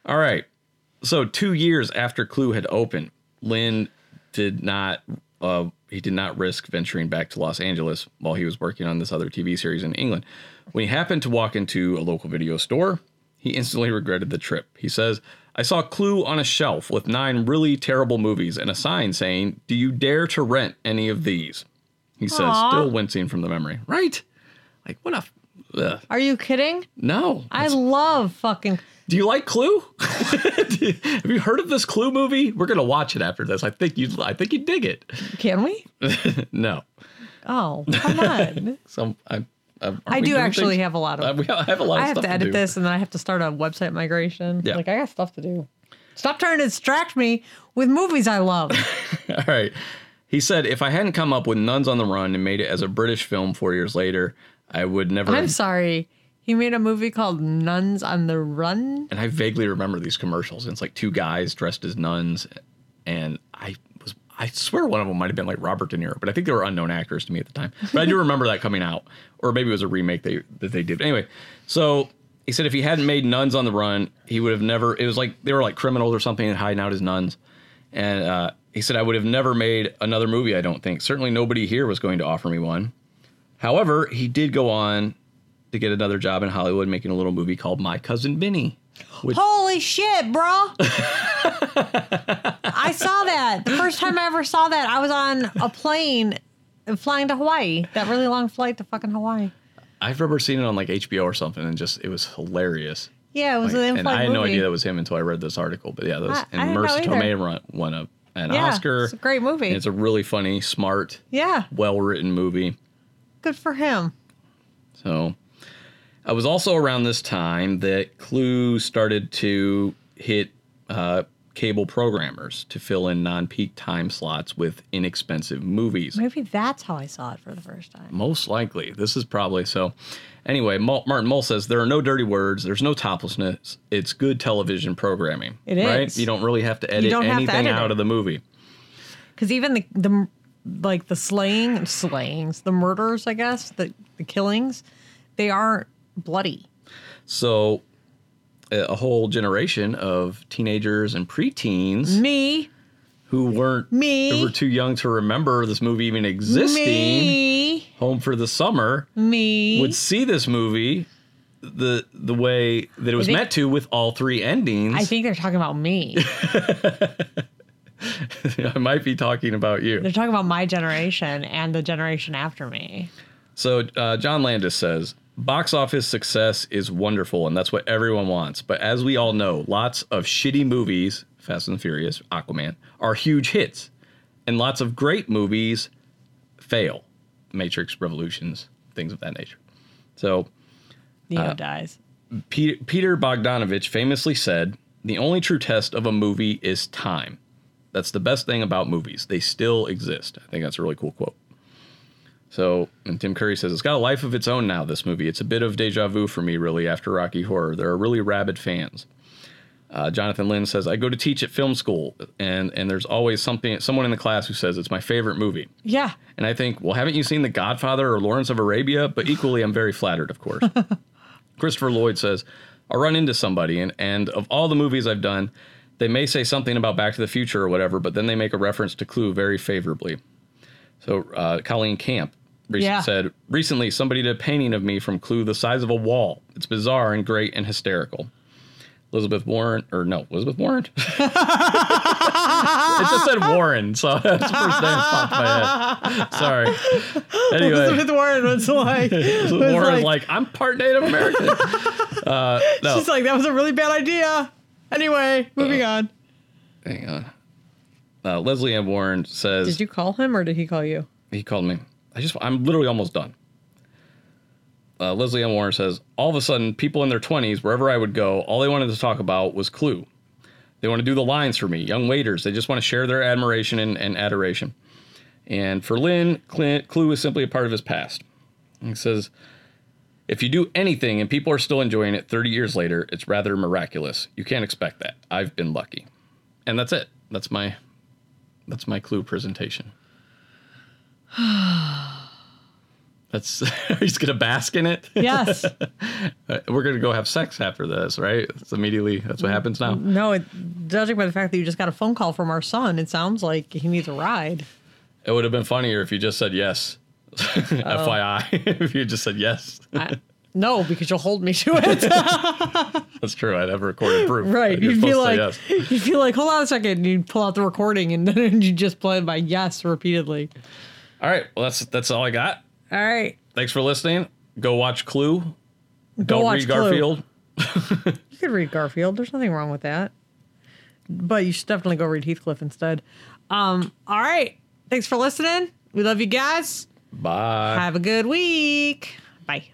[SPEAKER 2] All right. So two years after Clue had opened, Lynn did not. Uh, he did not risk venturing back to Los Angeles while he was working on this other TV series in England. When he happened to walk into a local video store, he instantly regretted the trip. He says, "I saw Clue on a shelf with nine really terrible movies and a sign saying, "Do you dare to rent any of these?" He says,
[SPEAKER 1] Aw.
[SPEAKER 2] still wincing from the memory. Right? Like what a f- ugh.
[SPEAKER 1] Are you kidding?
[SPEAKER 2] No.
[SPEAKER 1] I love fucking.
[SPEAKER 2] Do you like Clue? Do you- Have you heard of this Clue movie? We're gonna watch it after this. I think you. I think you dig it.
[SPEAKER 1] Can we?
[SPEAKER 2] No.
[SPEAKER 1] Oh, come on.
[SPEAKER 2] Some. I. I'm,
[SPEAKER 1] I do actually have a lot of.
[SPEAKER 2] have. Uh, I have a
[SPEAKER 1] I
[SPEAKER 2] lot. of
[SPEAKER 1] have
[SPEAKER 2] stuff
[SPEAKER 1] to edit
[SPEAKER 2] do.
[SPEAKER 1] this, and then I have to start a website migration.
[SPEAKER 2] Yeah.
[SPEAKER 1] Like I got stuff to do. Stop trying to distract me with movies I love.
[SPEAKER 2] All right. He said, if I hadn't come up with Nuns on the Run and made it as a British film four years later, I would never.
[SPEAKER 1] I'm sorry. He made a movie called Nuns on the Run.
[SPEAKER 2] and I vaguely remember these commercials. And it's like two guys dressed as nuns, and I was I swear one of them might have been like Robert De Niro, but I think they were unknown actors to me at the time. But I do remember that coming out, or maybe it was a remake they that they did. Anyway, so he said if he hadn't made Nuns on the Run, he would have never. It was like they were like criminals or something and hiding out as nuns, and uh, he said I would have never made another movie. I don't think certainly nobody here was going to offer me one. However, he did go on to get another job in Hollywood, making a little movie called My Cousin Vinny. Which-
[SPEAKER 1] Holy shit, bro. I saw that. The first time I ever saw that, I was on a plane flying to Hawaii. That really long flight to fucking Hawaii.
[SPEAKER 2] I've ever seen it on like HBO or something, and just it was hilarious.
[SPEAKER 1] Yeah, it was
[SPEAKER 2] Like,
[SPEAKER 1] an
[SPEAKER 2] and
[SPEAKER 1] in-flight
[SPEAKER 2] I had no
[SPEAKER 1] movie.
[SPEAKER 2] idea that was him until I read this article. But yeah, those
[SPEAKER 1] I- I
[SPEAKER 2] and
[SPEAKER 1] didn't know
[SPEAKER 2] Marissa
[SPEAKER 1] either.
[SPEAKER 2] Tomei run, won a, an
[SPEAKER 1] yeah,
[SPEAKER 2] Oscar.
[SPEAKER 1] It's a great movie.
[SPEAKER 2] And it's a really funny, smart,
[SPEAKER 1] yeah,
[SPEAKER 2] well written movie.
[SPEAKER 1] good for him.
[SPEAKER 2] So I was also around this time that Clue started to hit uh, cable programmers to fill in non peak time slots with inexpensive movies.
[SPEAKER 1] Maybe that's how I saw it for the first time.
[SPEAKER 2] Most likely. This is probably so. Anyway, Mal- Martin Mull says there are no dirty words, there's no toplessness. It's good television programming.
[SPEAKER 1] It
[SPEAKER 2] right?
[SPEAKER 1] is.
[SPEAKER 2] You don't really have to edit
[SPEAKER 1] don't have to
[SPEAKER 2] anything
[SPEAKER 1] edit
[SPEAKER 2] out
[SPEAKER 1] it.
[SPEAKER 2] of the movie.
[SPEAKER 1] Because even the the like the slaying, slayings, the murders, I guess, the the killings, they aren't bloody.
[SPEAKER 2] So a a whole generation of teenagers and preteens
[SPEAKER 1] Me,
[SPEAKER 2] who weren't
[SPEAKER 1] Mm. Me?
[SPEAKER 2] who were too young to remember this movie even existing,
[SPEAKER 1] me,
[SPEAKER 2] Home for the Summer,
[SPEAKER 1] me.
[SPEAKER 2] would see this movie the the way that it was
[SPEAKER 1] think-
[SPEAKER 2] meant to with all three endings.
[SPEAKER 1] I think they're talking about me.
[SPEAKER 2] I might be talking about you.
[SPEAKER 1] They're talking about my generation and the generation after me.
[SPEAKER 2] So uh, John Landis says, box office success is wonderful, and that's what everyone wants. But as we all know, lots of shitty movies, Fast and Furious, Aquaman, are huge hits, and lots of great movies fail, Matrix, Revolutions, things of that nature. So
[SPEAKER 1] Neo dies.
[SPEAKER 2] Peter, Peter Bogdanovich famously said, "The only true test of a movie is time. That's the best thing about movies. They still exist." I think that's a really cool quote. So, and Tim Curry says, "It's got a life of its own now. This movie. It's a bit of deja vu for me, really. After Rocky Horror, there are really rabid fans." Uh, Jonathan Lynn says, "I go to teach at film school, and and there's always something someone in the class who says it's my favorite movie."
[SPEAKER 1] Yeah.
[SPEAKER 2] And I think, well, haven't you seen The Godfather or Lawrence of Arabia? But equally, I'm very flattered, of course. Christopher Lloyd says, I'll run into somebody, and, and of all the movies I've done, they may say something about Back to the Future or whatever, but then they make a reference to Clue very favorably. So uh, Colleen Camp rec-
[SPEAKER 1] Yeah.
[SPEAKER 2] said, Recently, somebody did a painting of me from Clue the size of a wall. It's bizarre and great and hysterical. Elizabeth Warren, or no, Elizabeth Warren? it just said Warren, so that's the first name that popped in my head. Sorry. Anyway,
[SPEAKER 1] Elizabeth Warren was like, was
[SPEAKER 2] Elizabeth Warren's
[SPEAKER 1] like,
[SPEAKER 2] like, I'm part Native American. uh, no,
[SPEAKER 1] she's like, that was a really bad idea. Anyway, moving on.
[SPEAKER 2] hang on. Uh, Leslie Ann Warren says,
[SPEAKER 1] Did you call him or did he call you?
[SPEAKER 2] he called me. I just, I'm literally almost done. Uh, Leslie M. Warren says, all of a sudden, people in their 20s, wherever I would go, all they wanted to talk about was Clue. They want to do the lines for me, young waiters. They just want to share their admiration and, and adoration. And for Lynn, Clint, Clue is simply a part of his past. He says, if you do anything and people are still enjoying it 30 years later, it's rather miraculous. You can't expect that. I've been lucky. And that's it. That's my that's my clue presentation. That's he's gonna bask in it.
[SPEAKER 1] Yes.
[SPEAKER 2] Uh, We're gonna go have sex after this, right? It's immediately that's what happens now.
[SPEAKER 1] no, it, judging by the fact that you just got a phone call from our son, it sounds like he needs a ride.
[SPEAKER 2] It would have been funnier if you just said yes.
[SPEAKER 1] Oh.
[SPEAKER 2] FYI, if you just said yes.
[SPEAKER 1] I, no, because you'll hold me to it.
[SPEAKER 2] That's true. I'd have recorded proof.
[SPEAKER 1] right.
[SPEAKER 2] But
[SPEAKER 1] You'd be
[SPEAKER 2] supposed
[SPEAKER 1] like,
[SPEAKER 2] to
[SPEAKER 1] you'd be like, hold on a second. And you'd pull out the recording and then you just play my yes repeatedly.
[SPEAKER 2] All right. Well, that's that's all I got.
[SPEAKER 1] All right.
[SPEAKER 2] Thanks for listening. Go watch Clue.
[SPEAKER 1] Go
[SPEAKER 2] Don't
[SPEAKER 1] watch
[SPEAKER 2] read
[SPEAKER 1] Clue.
[SPEAKER 2] Garfield.
[SPEAKER 1] You could read Garfield. There's nothing wrong with that. But you should definitely go read Heathcliff instead. Um, all right. Thanks for listening. We love you guys.
[SPEAKER 2] Bye.
[SPEAKER 1] Have a good week. Bye.